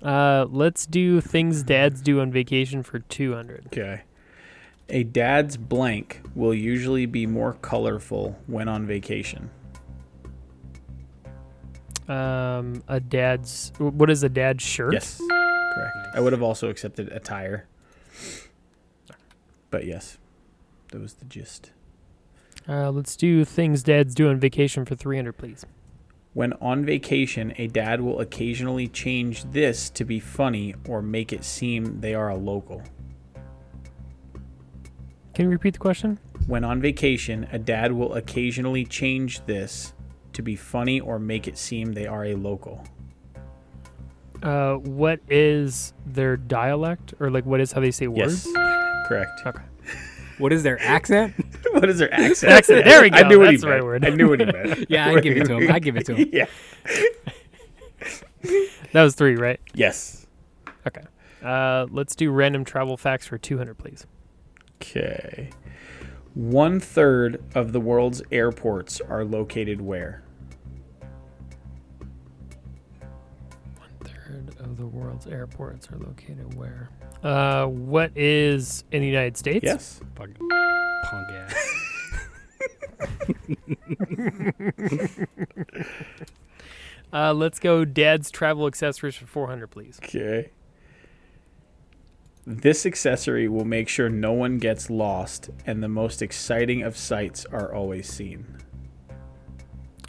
[SPEAKER 4] Uh, let's do things dads do on vacation for 200.
[SPEAKER 1] Okay. A dad's blank will usually be more colorful when on vacation.
[SPEAKER 4] Um, a dad's what is a dad's shirt?
[SPEAKER 1] Yes. Correct. I would have also accepted attire. But yes. That was the gist.
[SPEAKER 4] Uh, let's do things dads do on vacation for 300, please.
[SPEAKER 1] When on vacation, a dad will occasionally change this to be funny or make it seem they are a local.
[SPEAKER 4] Can you repeat the question?
[SPEAKER 1] When on vacation, a dad will occasionally change this to be funny or make it seem they are a local.
[SPEAKER 4] Uh, what is their dialect or like what is how they say words?
[SPEAKER 1] Yes. Correct.
[SPEAKER 4] Okay.
[SPEAKER 3] What is their accent?
[SPEAKER 1] What is their accent?
[SPEAKER 4] Accent, there we
[SPEAKER 1] I
[SPEAKER 4] go,
[SPEAKER 1] knew what he
[SPEAKER 4] that's the right
[SPEAKER 1] meant.
[SPEAKER 4] word.
[SPEAKER 1] I knew what he meant.
[SPEAKER 3] Yeah, I give it to him. I give it to him.
[SPEAKER 1] yeah.
[SPEAKER 4] That was three, right?
[SPEAKER 1] Yes.
[SPEAKER 4] Okay. Uh, let's do random travel facts for 200, please.
[SPEAKER 1] Okay. One third of the world's airports are located where?
[SPEAKER 4] Third of the world's airports are located where? Uh, what is in the United States?
[SPEAKER 1] Yes.
[SPEAKER 3] Fucking punk ass.
[SPEAKER 4] Uh, let's go dad's travel accessories for 400, please.
[SPEAKER 1] Okay. This accessory will make sure no one gets lost, and the most exciting of sights are always seen.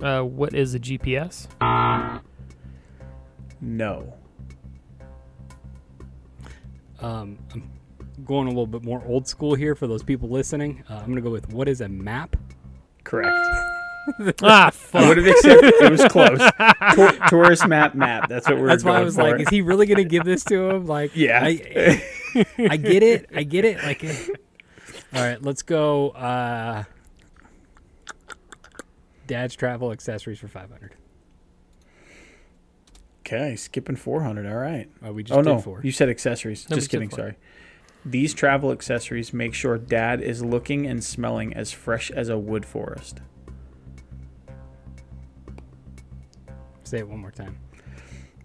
[SPEAKER 4] Uh, what is a GPS?
[SPEAKER 1] No.
[SPEAKER 3] Um, I'm going a little bit more old school here for those people listening. Uh, I'm gonna go with what is a map?
[SPEAKER 1] Correct.
[SPEAKER 4] ah,
[SPEAKER 1] I
[SPEAKER 4] fuck.
[SPEAKER 1] would have accepted. It was close. Tour- tourist map map. That's what we we're.
[SPEAKER 3] That's why
[SPEAKER 1] going
[SPEAKER 3] I was
[SPEAKER 1] for.
[SPEAKER 3] like, is he really gonna give this to him? Like,
[SPEAKER 1] Yeah.
[SPEAKER 3] I, I get it. I get it. Like, eh. all right, let's go. Uh, Dad's travel accessories for 500.
[SPEAKER 1] okay, skipping 400. All right.
[SPEAKER 3] Oh, we just
[SPEAKER 1] Oh
[SPEAKER 3] did
[SPEAKER 1] no,
[SPEAKER 3] four.
[SPEAKER 1] you said accessories.
[SPEAKER 4] No, we
[SPEAKER 1] Just
[SPEAKER 4] said
[SPEAKER 1] kidding.
[SPEAKER 4] four.
[SPEAKER 1] Sorry. These travel accessories make sure Dad is looking and smelling as fresh as a wood forest.
[SPEAKER 3] Say it one more time.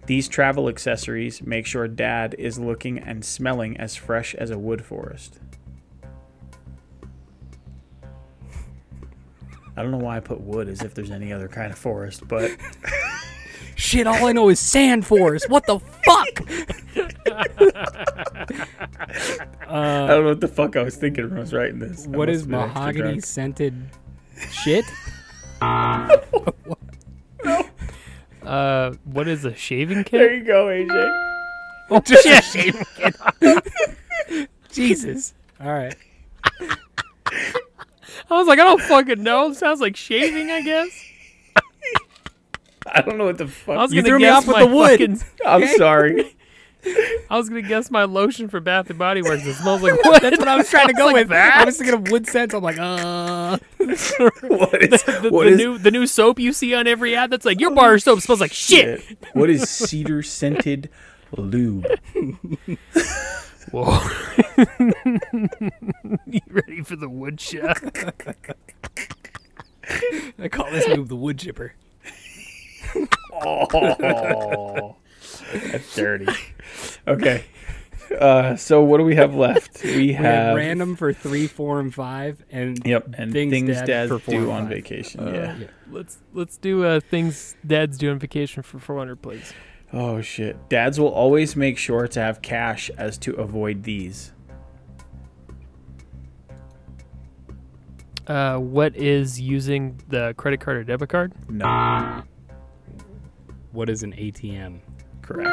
[SPEAKER 1] These travel accessories make sure Dad is looking and smelling as fresh as a wood forest. I don't know why I put wood as if there's any other kind of forest, but uh,
[SPEAKER 3] Shit, all I know is sand forest. What the fuck?
[SPEAKER 1] I don't know what the fuck I was thinking when I was writing this. I
[SPEAKER 3] What is
[SPEAKER 1] must have been extra
[SPEAKER 3] mahogany
[SPEAKER 1] drunk.
[SPEAKER 3] scented shit?
[SPEAKER 4] Uh, what is a shaving
[SPEAKER 1] There
[SPEAKER 4] kit?
[SPEAKER 1] you go, AJ.
[SPEAKER 3] Oh, just a shave Jesus. All right.
[SPEAKER 4] I was like, I don't fucking know. Sounds like shaving, I guess.
[SPEAKER 1] I don't know what the fuck.
[SPEAKER 4] I was
[SPEAKER 3] You
[SPEAKER 4] gonna
[SPEAKER 3] threw me
[SPEAKER 4] guess
[SPEAKER 3] off with
[SPEAKER 4] my
[SPEAKER 3] the wood.
[SPEAKER 4] fucking-
[SPEAKER 1] I'm sorry.
[SPEAKER 4] I was gonna guess my lotion for Bath and Body Works. It smells like what?
[SPEAKER 3] That's what I was trying to go
[SPEAKER 4] Like
[SPEAKER 3] with.
[SPEAKER 4] that?
[SPEAKER 3] I was thinking of wood scents. I'm like, uh.
[SPEAKER 1] what is
[SPEAKER 4] the,
[SPEAKER 1] what
[SPEAKER 4] the
[SPEAKER 1] is-
[SPEAKER 4] new the new soap you see on every ad that's like your bar soap smells like shit.
[SPEAKER 1] What is cedar scented lube?
[SPEAKER 4] Whoa. you ready for the wood shot?
[SPEAKER 3] I call this move the wood chipper.
[SPEAKER 1] Oh, that's dirty. Okay. Uh, so what do we have left? We
[SPEAKER 3] We had
[SPEAKER 1] have
[SPEAKER 3] random for three, four, and five, and
[SPEAKER 1] Yep, and
[SPEAKER 3] things
[SPEAKER 1] things,
[SPEAKER 3] Dad
[SPEAKER 1] dads
[SPEAKER 3] for four and
[SPEAKER 1] do on
[SPEAKER 3] five.
[SPEAKER 1] vacation. yeah.
[SPEAKER 3] yeah.
[SPEAKER 4] Let's let's do uh, things dads do on vacation for 400, please.
[SPEAKER 1] Oh shit. Dads will always make sure to have cash as to avoid these.
[SPEAKER 4] Uh, what is using the credit card or debit card?
[SPEAKER 1] No.
[SPEAKER 3] What is an ATM?
[SPEAKER 1] Correct.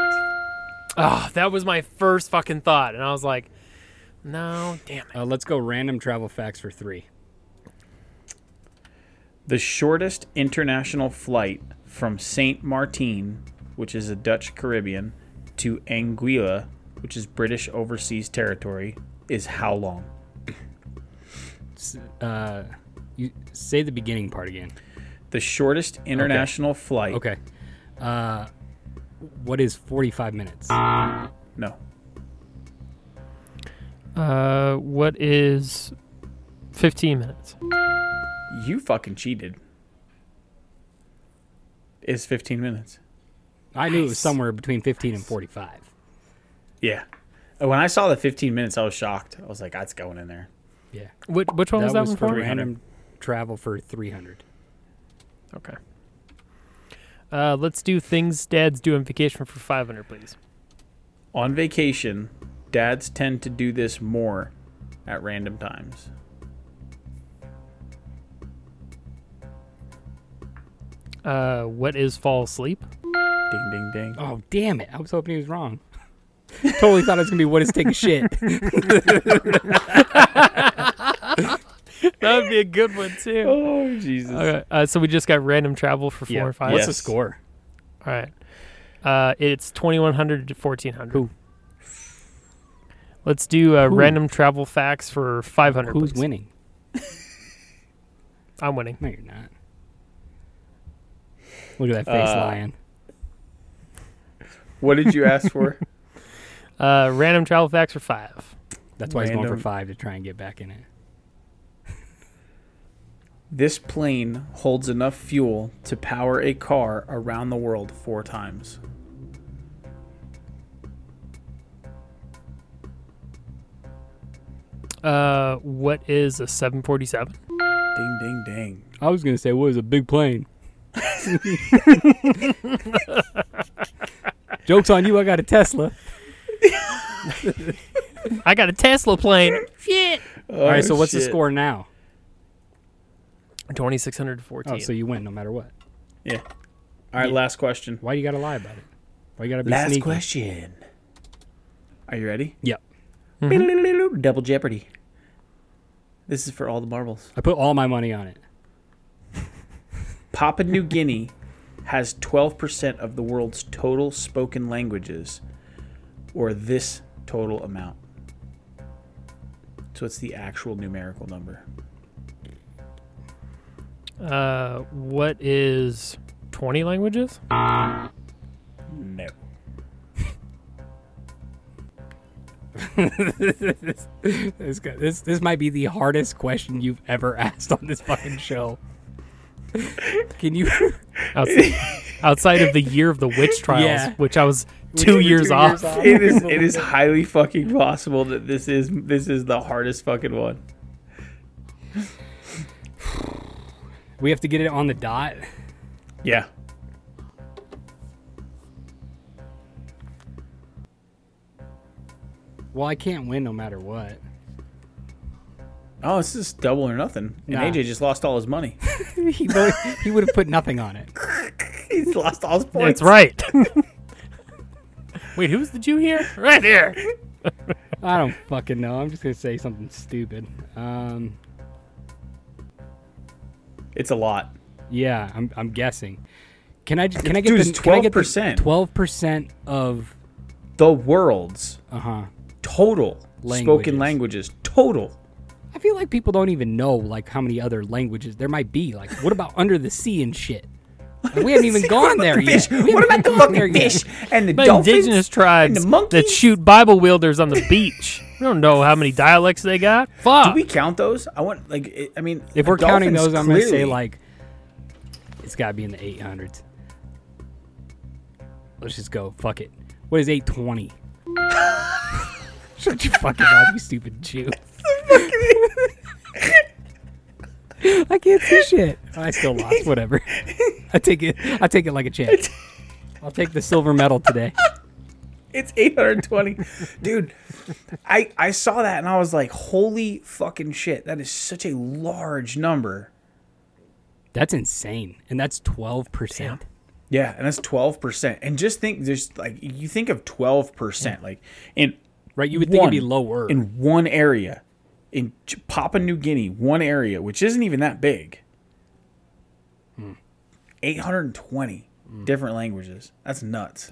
[SPEAKER 4] Oh, that was my first fucking thought, and I was like, no, damn it.
[SPEAKER 3] Uh, let's go random travel facts for three.
[SPEAKER 1] The shortest international flight from Saint Martin, which is a Dutch Caribbean, to Anguilla, which is British overseas territory, is how long?
[SPEAKER 3] S- Uh, you say the beginning part again.
[SPEAKER 1] The shortest international flight.
[SPEAKER 3] Okay. Uh, what is 45 minutes?
[SPEAKER 1] No.
[SPEAKER 4] Uh, what is 15 minutes?
[SPEAKER 1] You fucking cheated. Is 15 minutes.
[SPEAKER 3] I knew it was somewhere between 15 and 45.
[SPEAKER 1] Yeah. Uh, When I saw the 15 minutes, I was shocked. I was like, that's going in there.
[SPEAKER 3] Yeah.
[SPEAKER 4] Which, which one was that
[SPEAKER 3] was
[SPEAKER 4] one
[SPEAKER 3] for
[SPEAKER 4] for?
[SPEAKER 1] 300.
[SPEAKER 3] random travel for 300.
[SPEAKER 4] Okay. Uh, let's do things dads do on vacation for 500, please.
[SPEAKER 1] On vacation, dads tend to do this more at random times.
[SPEAKER 4] Uh, what is fall asleep?
[SPEAKER 1] Ding, ding, ding.
[SPEAKER 3] Oh, damn it. I was hoping he was wrong. totally thought it was going to be what is take a shit.
[SPEAKER 4] That would be a good one, too.
[SPEAKER 1] Oh, Jesus.
[SPEAKER 4] Okay, uh, so we just got random travel for four
[SPEAKER 1] Yeah.
[SPEAKER 4] or five.
[SPEAKER 1] Yes.
[SPEAKER 3] score?
[SPEAKER 4] All right. Uh, it's 2100 to 1400.
[SPEAKER 3] Who?
[SPEAKER 4] Let's do uh,
[SPEAKER 3] Who?
[SPEAKER 4] random travel facts for 500.
[SPEAKER 3] Who's
[SPEAKER 4] please.
[SPEAKER 3] winning?
[SPEAKER 4] I'm winning.
[SPEAKER 3] No, you're not. Look at that face
[SPEAKER 1] Uh,
[SPEAKER 3] lying.
[SPEAKER 1] What did you ask for?
[SPEAKER 4] Uh, random travel facts for five.
[SPEAKER 3] That's why he's going
[SPEAKER 1] random-
[SPEAKER 3] for five to try and get back in it.
[SPEAKER 1] this plane holds enough fuel to power a car around the world four times.
[SPEAKER 4] Uh, what is a 747?
[SPEAKER 1] Ding, ding, ding.
[SPEAKER 3] I was going to say, what is a big plane? Joke's on you. I got a Tesla.
[SPEAKER 4] I got a Tesla plane. Shit.
[SPEAKER 1] All
[SPEAKER 3] All right, so what's the score now?
[SPEAKER 4] 2600 to 14.
[SPEAKER 3] Oh, so you win no matter what.
[SPEAKER 1] Yeah. All right, last question.
[SPEAKER 3] Why you got to lie about it? Why you got to be
[SPEAKER 1] Last
[SPEAKER 3] sneaky?
[SPEAKER 1] question. Are you ready?
[SPEAKER 3] Yep.
[SPEAKER 1] Mm-hmm. Double Jeopardy. This is for all the marbles.
[SPEAKER 3] I put all my money on it.
[SPEAKER 1] Papua New Guinea has 12% of the world's total spoken languages, or this total amount. So it's the actual numerical number.
[SPEAKER 4] Uh, what is 20 languages?
[SPEAKER 1] No.
[SPEAKER 3] This, guy- this this might be the hardest question you've ever asked on this fucking show. Can you?
[SPEAKER 4] Outside, outside of the year of the witch trials,
[SPEAKER 3] Yeah.
[SPEAKER 4] which I was two, years, off.
[SPEAKER 1] It is it is highly fucking possible that this is this is the hardest fucking one.
[SPEAKER 3] We have to get it on the dot.
[SPEAKER 1] Yeah.
[SPEAKER 3] Well, I can't win no matter what.
[SPEAKER 1] Oh, this is double or nothing. And
[SPEAKER 3] Nah.
[SPEAKER 1] AJ just lost all his money.
[SPEAKER 3] he bo- he would have put nothing on it.
[SPEAKER 1] He's lost all his points.
[SPEAKER 4] That's right. Wait, who's the Jew here? Right there.
[SPEAKER 3] I don't fucking know. I'm just gonna say something stupid. Um,
[SPEAKER 1] It's a lot.
[SPEAKER 3] yeah, I'm I'm guessing. Can I j- can I get
[SPEAKER 1] Dude,
[SPEAKER 3] the
[SPEAKER 1] it's
[SPEAKER 3] can I get
[SPEAKER 1] 12%.
[SPEAKER 3] Twelve percent of
[SPEAKER 1] The world's
[SPEAKER 3] uh huh.
[SPEAKER 1] total
[SPEAKER 3] Languages.
[SPEAKER 1] spoken languages. Total.
[SPEAKER 3] I feel like people don't even know like how many other languages there might be. Like, what about under the sea and shit? Like, we haven't even gone there yet.
[SPEAKER 1] Fish.
[SPEAKER 3] We haven't
[SPEAKER 1] What about the
[SPEAKER 3] gone there
[SPEAKER 1] fucking
[SPEAKER 3] yet.
[SPEAKER 1] fish and the
[SPEAKER 4] The
[SPEAKER 1] dolphins?
[SPEAKER 4] indigenous tribes
[SPEAKER 1] and the monkeys?
[SPEAKER 4] that shoot Bible wielders on the beach. We don't know how many dialects they got.
[SPEAKER 1] Do
[SPEAKER 4] Fuck.
[SPEAKER 1] we count those? I want like it- I mean,
[SPEAKER 3] If
[SPEAKER 1] the
[SPEAKER 3] we're counting
[SPEAKER 1] dolphins
[SPEAKER 3] those, I'm gonna say
[SPEAKER 1] clearly-
[SPEAKER 3] like it's got to be in the 800s. Let's just go. Fuck it. What is 820? Shut your fucking mouth, you stupid Jew. I can't see shit. I still lost. Whatever. I take it. I take it like a champ. I'll take the silver medal today.
[SPEAKER 1] it's 820. Dude, I I saw that and I was like, holy fucking shit! That is such a large number.
[SPEAKER 3] That's insane, and that's 12 percent.
[SPEAKER 1] Yeah, and that's twelve percent. And just think, there's like you think of twelve percent, like in
[SPEAKER 3] Right? You would think it'd be
[SPEAKER 1] one-
[SPEAKER 3] lower.
[SPEAKER 1] in one area, in Ch- Papua New Guinea, one area which isn't even that big. Eight hundred and twenty different languages. That's nuts.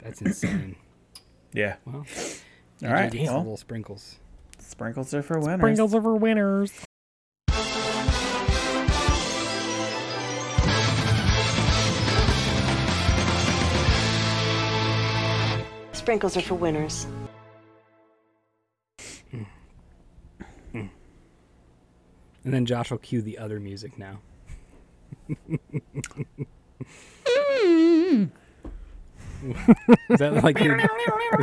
[SPEAKER 3] that's insane.
[SPEAKER 1] Yeah.
[SPEAKER 3] Wow.
[SPEAKER 1] All right.
[SPEAKER 3] Just
[SPEAKER 1] Well,
[SPEAKER 3] little sprinkles.
[SPEAKER 1] sprinkles are for winners.
[SPEAKER 4] Sprinkles over winners.
[SPEAKER 6] Sprinkles are for winners.
[SPEAKER 3] And then Josh will cue the other music now. Is that like your, is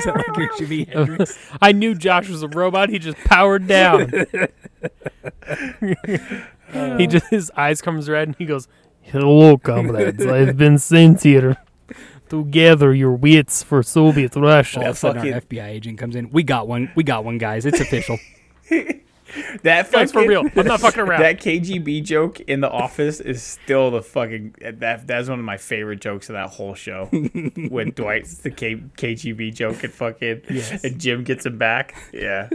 [SPEAKER 3] that like your Jimi Hendrix?
[SPEAKER 4] I knew Josh was a robot. He just powered down. he just his eyes comes red and he goes, "Hello, comrades. I've been sent here to gather your wits for Soviet
[SPEAKER 3] All of
[SPEAKER 4] Russia."
[SPEAKER 3] a sudden,
[SPEAKER 1] fucking-
[SPEAKER 3] our FBI agent comes in. We got one. We got one, guys. It's official.
[SPEAKER 1] That
[SPEAKER 4] That's for
[SPEAKER 1] fucking-
[SPEAKER 4] real. I'm not fucking around.
[SPEAKER 1] That KGB joke in the office is still the fucking that. That's one of my favorite jokes of that whole show. when Dwight's the K, KGB joke and fucking and Jim gets him back. Yeah,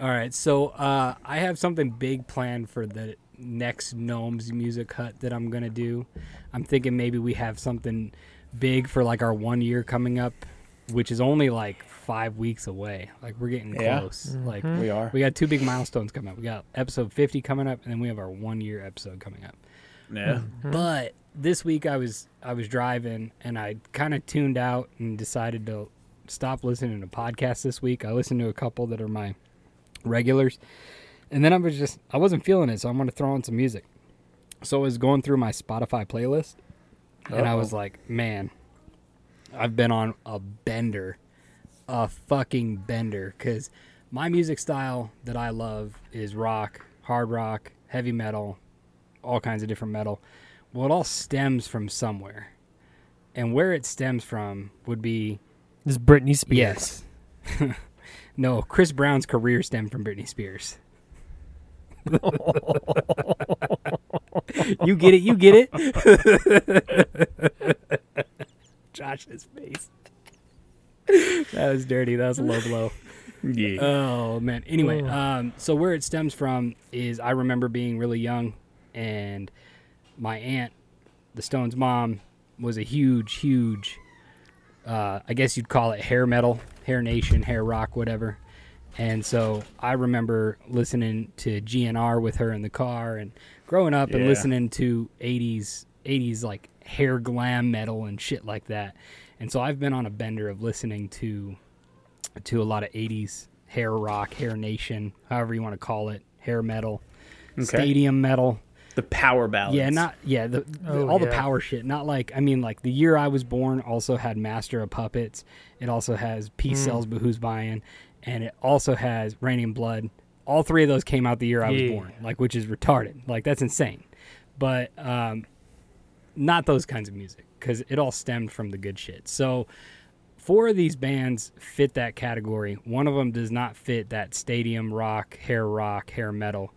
[SPEAKER 3] All right, so uh, I have something big planned for the next Gnomes Music Hut that I'm gonna do. I'm thinking maybe we have something big for like our one year coming up, which is only like five weeks away. Like we're getting
[SPEAKER 1] Yeah. Mm-hmm.
[SPEAKER 3] close. Like
[SPEAKER 1] we are.
[SPEAKER 3] we got two big milestones coming up. We got episode 50 coming up, and then we have our one year episode coming up.
[SPEAKER 1] yeah.
[SPEAKER 3] But this week I was I was driving and I kind of tuned out and decided to stop listening to podcasts this week. I listened to a couple that are my regulars, and then I was just I wasn't feeling it, so I'm gonna throw on some music. So I was going through my Spotify playlist, and I was like, man, I've been on a bender, a fucking bender, because my music style that I love is rock, hard rock, heavy metal, all kinds of different metal. Well, it all stems from somewhere. And where it stems from would be
[SPEAKER 4] This Britney Spears.
[SPEAKER 3] yes. no, Chris Brown's career stemmed from Britney Spears. you get it, you get it. Josh's face. That was dirty. That was a low blow.
[SPEAKER 1] Yeah.
[SPEAKER 3] Oh man. Anyway, um, so where it stems from is I remember being really young, and my aunt, the Stones' mom, was a huge, huge. Uh, I guess you'd call it hair metal, hair nation, hair rock, whatever. And so I remember listening to GNR with her in the car, and growing up and
[SPEAKER 1] Yeah.
[SPEAKER 3] listening to '80s, '80s like hair glam metal and shit like that. And so I've been on a bender of listening to to a lot of 80s hair rock, hair nation, however you want to call it, hair metal, stadium metal.
[SPEAKER 1] the power balance.
[SPEAKER 3] Yeah, not yeah, the, the-
[SPEAKER 4] Oh,
[SPEAKER 3] all the
[SPEAKER 4] yeah.
[SPEAKER 3] power shit. Not like I mean like the year I was born also had Master of Puppets. It also has Peace
[SPEAKER 4] Hmm.
[SPEAKER 3] Sells But Who's Buying and it also has Raining Blood. All three of those came out the year I was
[SPEAKER 4] Yeah.
[SPEAKER 3] born, like which is retarded. Like that's insane. But um not those kinds of music cuz it all stemmed from the good shit. So four of these bands fit that category. One of them does not fit that stadium rock, hair rock, hair metal.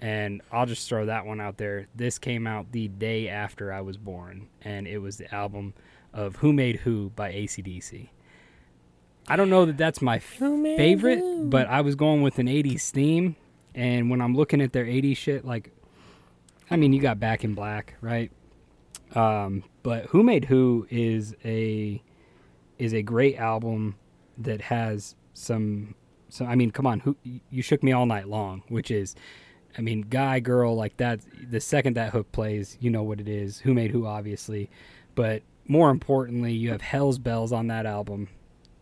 [SPEAKER 3] And I'll just throw that one out there. This came out the day after I was born, and it was the album of Who Made Who by ACDC. I don't know that that's my favorite, but I was going with an 80s theme. And when I'm looking at their 80s shit, like, I mean, you got Back in Black, right? Um, but Who Made Who is a is a great album that has some so I mean come on who you shook me all night long which is I mean guy girl like that the second that hook plays you know what it is who made who obviously but more importantly you have Hell's Bells on that album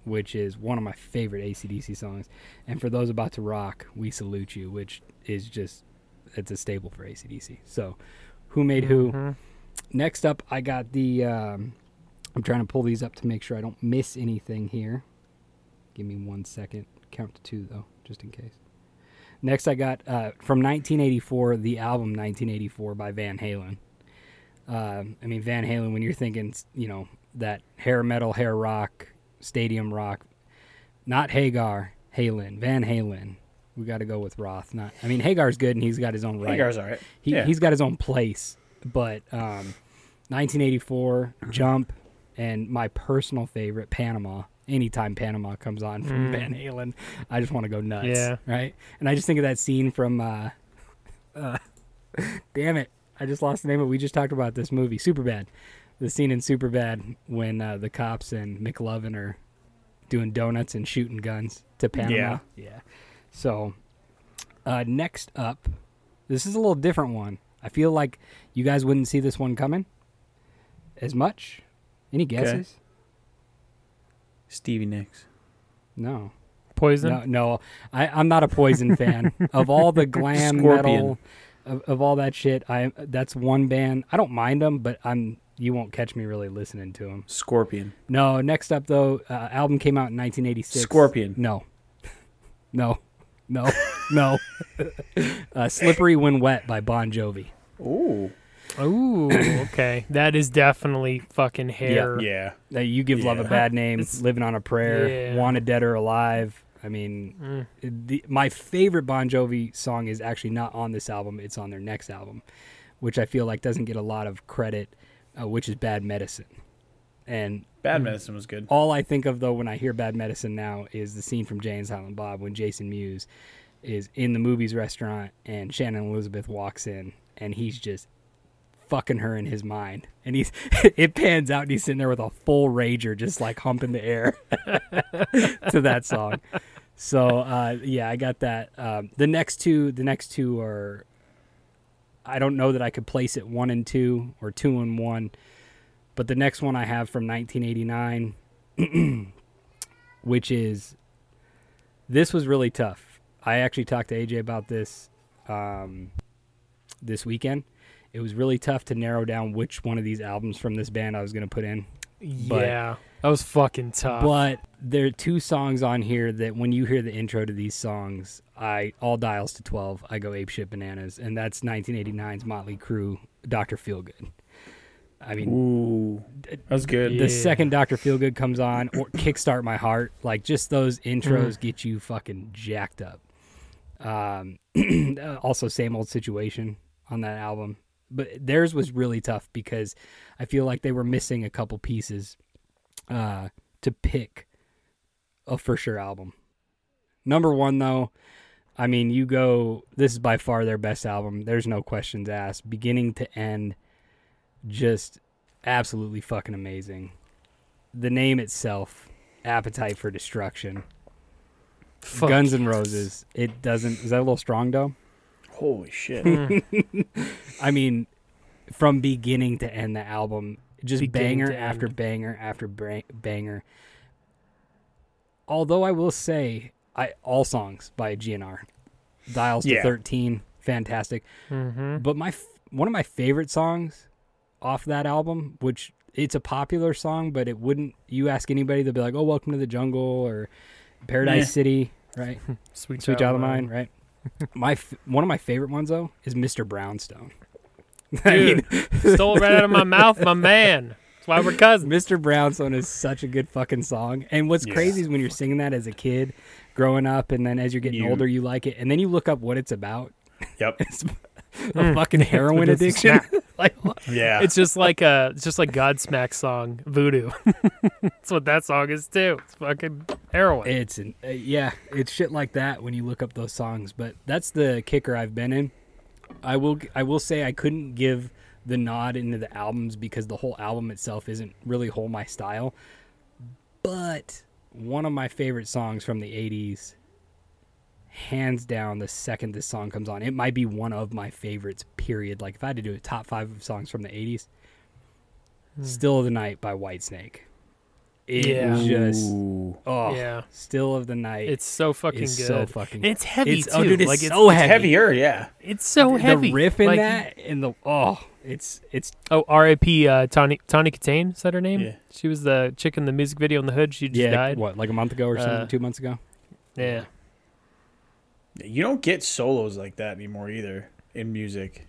[SPEAKER 3] which is one of my favorite ACDC songs and for those about to rock we salute you which is just it's a staple for ACDC so who made who next up I got the um, I'm trying to pull these up to make sure I don't miss anything here. Give me one second. Count to two, though, just in case. Next, I got uh, from 1984, the album 1984 by Van Halen. Um I mean, Van Halen, when you're thinking, you know, that hair metal, hair rock, stadium rock, not Hagar, Halen, Van Halen. We got to go with Roth. Not, I mean, Hagar's good and he's got his own right.
[SPEAKER 1] Hagar's all right.
[SPEAKER 3] He,
[SPEAKER 1] yeah.
[SPEAKER 3] He's got his own place, but um, 1984,
[SPEAKER 1] Uh-huh.
[SPEAKER 3] Jump, and my personal favorite, Panama. Anytime Panama comes on
[SPEAKER 1] Mm.
[SPEAKER 3] from Van Halen, I just want to go nuts.
[SPEAKER 4] Yeah.
[SPEAKER 3] Right? And I just think of that scene from, uh, uh, damn it, I just lost the name of We just talked about this movie, Superbad. the scene in Superbad when uh, the cops and McLovin are doing donuts and shooting guns to Panama.
[SPEAKER 1] Yeah.
[SPEAKER 3] yeah. So uh, next up, this is a little different one. I feel like you guys wouldn't see this one coming as much. Any guesses?
[SPEAKER 1] Stevie Nicks.
[SPEAKER 3] No.
[SPEAKER 4] Poison.
[SPEAKER 3] No, no. I, I'm not a Poison fan. Of all the glam
[SPEAKER 1] Scorpion.
[SPEAKER 3] metal, of, of all that shit, I that's one band. I don't mind them, but I'm you won't catch me really listening to them.
[SPEAKER 1] Scorpion.
[SPEAKER 3] No. Next up, though, uh, album came out in 1986.
[SPEAKER 1] Scorpion.
[SPEAKER 3] No. No. No. No. uh, Slippery When Wet by Bon Jovi.
[SPEAKER 1] Ooh.
[SPEAKER 4] Ooh, okay. That is definitely fucking hair.
[SPEAKER 1] Yeah.
[SPEAKER 3] Uh, you give love a
[SPEAKER 1] Yeah.
[SPEAKER 3] bad name. Living on a prayer.
[SPEAKER 4] Yeah.
[SPEAKER 3] Wanted dead or alive. I mean, the, my favorite Bon Jovi song is actually not on this album. It's on their next album, which I feel like doesn't get a lot of credit, uh, which is Bad Medicine. And
[SPEAKER 1] Bad Medicine was good.
[SPEAKER 3] all I think of though when I hear Bad Medicine now is the scene from Jay and Silent Bob when Jason Mewes is in the movies restaurant and Shannon Elizabeth walks in and he's just fucking her in his mind and he's it pans out and he's sitting there with a full rager just like humping the air to that song so uh yeah i got that um the next two the next two are i don't know that i could place it one and two or two and one but the next one I have from 1989, which is this was really tough. I actually talked to AJ about this um, this weekend. It was really tough to narrow down which one of these albums from this band I was going to put in. But-
[SPEAKER 4] Yeah. That was fucking tough.
[SPEAKER 3] But there are two songs on here that when you hear the intro to these songs, I all dials to 12, I go apeshit bananas. And that's 1989's Motley Crue, Dr. Feelgood. I mean,
[SPEAKER 1] Ooh. That was good.
[SPEAKER 4] Yeah.
[SPEAKER 3] the second Doctor Feelgood comes on, or Kickstart My Heart, like just those intros get you fucking jacked up. Um, also, same old situation on that album, but theirs was really tough because I feel like they were missing a couple pieces uh, to pick a for sure album. Number one, though, I mean, you go. This is by far their best album. There's no questions asked, beginning to end, just absolutely fucking amazing. The name itself, Appetite for Destruction,
[SPEAKER 4] Fuck.
[SPEAKER 3] Guns and Roses. It doesn't. Is that a little strong, though?
[SPEAKER 1] Holy shit.
[SPEAKER 4] Hmm.
[SPEAKER 3] I mean, from beginning to end, the album just
[SPEAKER 4] Beginning
[SPEAKER 3] banger
[SPEAKER 4] to
[SPEAKER 3] after
[SPEAKER 4] end.
[SPEAKER 3] banger after bra- banger. Although I will say, I all songs by GNR, Dials to
[SPEAKER 1] Yeah.
[SPEAKER 3] Thirteen, fantastic.
[SPEAKER 4] Mm-hmm.
[SPEAKER 3] But my f- one of my favorite songs off that album, which it's a popular song, but it wouldn't. You ask anybody, they'll be like, "Oh, Welcome to the Jungle" or "Paradise
[SPEAKER 1] Meh.
[SPEAKER 3] City," right?
[SPEAKER 4] Sweet,
[SPEAKER 3] Sweet Child of Mine, right? my f- one of my favorite ones though is Mr. Brownstone. I mean,
[SPEAKER 4] Dude, stole it right out of my mouth, my man. That's why we're cousins.
[SPEAKER 3] Mr. Brownstone is such a good fucking song. And what's crazy is when you're singing that as a kid, growing up, and then as you're getting
[SPEAKER 1] You-
[SPEAKER 3] older, you like it, and then you look up what it's about.
[SPEAKER 1] yep.
[SPEAKER 3] A fucking heroin
[SPEAKER 4] It's a
[SPEAKER 3] addiction. like what?
[SPEAKER 1] Yeah.
[SPEAKER 4] It's just like a, it's just like Godsmack song, Voodoo. That's what that song is too. It's fucking heroin.
[SPEAKER 3] It's an, uh, yeah, it's shit like that when you look up those songs. But that's the kicker I've been in. I will I will say I couldn't give the nod into the albums because the whole album itself isn't really whole my style. But one of my favorite songs from the '80s, hands down, the second this song comes on, it might be one of my favorites. Period. Like if I had to do a top five of songs from the '80s, "Still of the Night" by Whitesnake. It
[SPEAKER 4] Hmm. Yeah.
[SPEAKER 3] just
[SPEAKER 1] Ooh.
[SPEAKER 3] Oh,
[SPEAKER 4] Yeah.
[SPEAKER 3] Still of the Night.
[SPEAKER 4] It's so fucking
[SPEAKER 3] is
[SPEAKER 4] good.
[SPEAKER 3] so fucking-
[SPEAKER 4] And it's heavy
[SPEAKER 3] It's-
[SPEAKER 4] too.
[SPEAKER 3] oh, dude, it's
[SPEAKER 4] like it's,
[SPEAKER 3] so heavy.
[SPEAKER 1] Heavier, yeah.
[SPEAKER 4] it's so heavy.
[SPEAKER 3] the riff in
[SPEAKER 4] Like,
[SPEAKER 3] that and the oh, it's it's
[SPEAKER 4] Oh, R.I.P. Uh, Tawny Tawny Katane. Is that her name?
[SPEAKER 1] Yeah.
[SPEAKER 4] She was the chick in the music video in the hood. She just
[SPEAKER 3] yeah.
[SPEAKER 4] died.
[SPEAKER 3] What like a month ago or something?
[SPEAKER 4] Uh,
[SPEAKER 3] two months ago.
[SPEAKER 4] Yeah.
[SPEAKER 1] You don't get solos like that anymore either in music.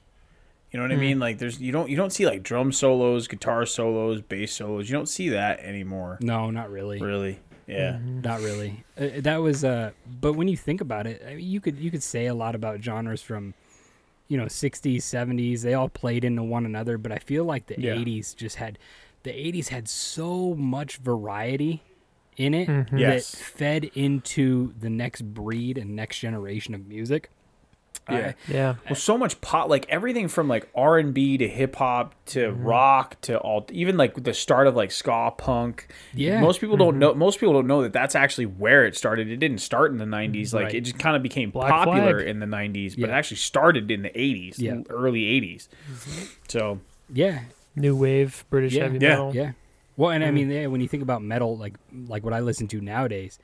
[SPEAKER 1] You know what I mean? Like there's you don't you don't see like drum solos, guitar solos, bass solos. You don't see that anymore.
[SPEAKER 3] No, not really.
[SPEAKER 1] Really. Yeah.
[SPEAKER 3] Not really. Uh, that was uh. But when you think about it, I mean, you could you could say a lot about genres from, you know, '60s, '70s. They all played into one another. But I feel like the
[SPEAKER 1] Yeah.
[SPEAKER 3] '80s just had, the '80s had so much variety in it
[SPEAKER 4] Mm-hmm.
[SPEAKER 3] that
[SPEAKER 1] Yes.
[SPEAKER 3] fed into the next breed and next generation of music.
[SPEAKER 1] Yeah.
[SPEAKER 4] Yeah.
[SPEAKER 1] Well, so much pop, like everything from like R and B to hip hop to rock to all, even like the start of like ska punk.
[SPEAKER 3] Yeah.
[SPEAKER 1] most people don't know. Most people don't know that that's actually where it started. It didn't start in the '90s. Like
[SPEAKER 3] Right.
[SPEAKER 1] it just kind of became
[SPEAKER 4] Black
[SPEAKER 1] popular
[SPEAKER 4] Flag.
[SPEAKER 1] in the '90s, but it
[SPEAKER 3] Yeah.
[SPEAKER 1] actually started in the '80s,
[SPEAKER 3] Yeah.
[SPEAKER 1] early '80s. So
[SPEAKER 3] Yeah,
[SPEAKER 4] New wave British
[SPEAKER 3] Yeah.
[SPEAKER 4] Mm-hmm. heavy
[SPEAKER 1] Yeah.
[SPEAKER 4] metal.
[SPEAKER 3] yeah. Well, and I
[SPEAKER 1] Mm-hmm.
[SPEAKER 3] mean, yeah, when you think about metal, like like what I listen to nowadays,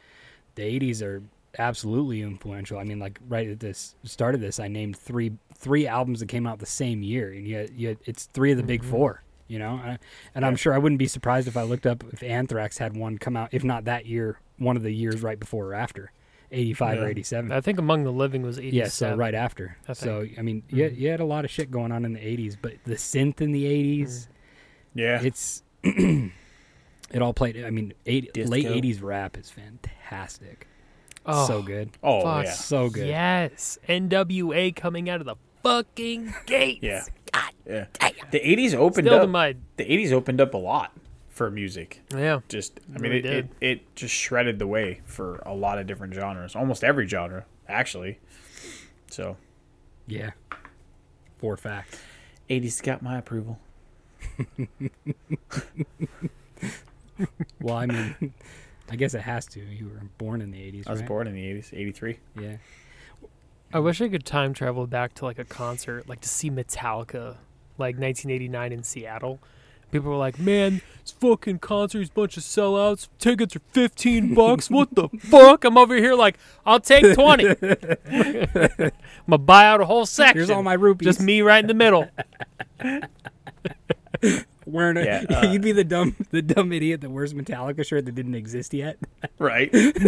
[SPEAKER 3] the '80s are absolutely influential. I mean, like right at this start of this, I named three three albums that came out the same year, and yet, yet it's three of the
[SPEAKER 4] Mm-hmm.
[SPEAKER 3] big four. You know, and, I- and I'm sure I wouldn't be surprised if I looked up if Anthrax had one come out, if not that year, one of the years right before or after, '85 or
[SPEAKER 1] Yeah.
[SPEAKER 3] '87.
[SPEAKER 4] I think Among the Living was 87.
[SPEAKER 3] Yeah, so right after.
[SPEAKER 4] I Mm-hmm.
[SPEAKER 3] so I mean, you, you had a lot of shit going on in the '80s, but the synth in the '80s,
[SPEAKER 4] Mm-hmm.
[SPEAKER 1] yeah,
[SPEAKER 3] it's it all played. I mean, eight,
[SPEAKER 1] Disco.
[SPEAKER 3] late '80s rap is fantastic.
[SPEAKER 4] Oh,
[SPEAKER 3] so good,
[SPEAKER 1] oh
[SPEAKER 4] fuck.
[SPEAKER 1] yeah,
[SPEAKER 3] so good.
[SPEAKER 4] Yes. NWA coming out of the fucking gates.
[SPEAKER 1] yeah, yeah. The '80s opened
[SPEAKER 4] Still
[SPEAKER 1] up.
[SPEAKER 4] to my.
[SPEAKER 1] the '80s opened up a lot for music.
[SPEAKER 4] Yeah.
[SPEAKER 1] Just, I mean,
[SPEAKER 4] really
[SPEAKER 1] it, it, it just shredded the way for a lot of different genres, almost every genre actually. So
[SPEAKER 3] Yeah, for a fact.
[SPEAKER 1] '80s got my approval.
[SPEAKER 3] Well, I mean, I guess it has to. You were born in the '80s.
[SPEAKER 1] I was
[SPEAKER 3] right?
[SPEAKER 1] born in the '80s, '83.
[SPEAKER 3] Yeah.
[SPEAKER 4] I wish I could time travel back to like a concert, like to see Metallica, like 1989 in Seattle. People were like, "Man, this fucking concert is a bunch of sellouts. Tickets are 15 bucks. What the fuck?" I'm over here like, "I'll take 20." I'm gonna buy out a whole section.
[SPEAKER 3] all my rupees.
[SPEAKER 4] Just me right in the middle.
[SPEAKER 3] Wearing a,
[SPEAKER 1] Yeah, uh,
[SPEAKER 3] you'd be the dumb, the dumb idiot that wears Metallica shirt that didn't exist yet.
[SPEAKER 1] Right.
[SPEAKER 4] has,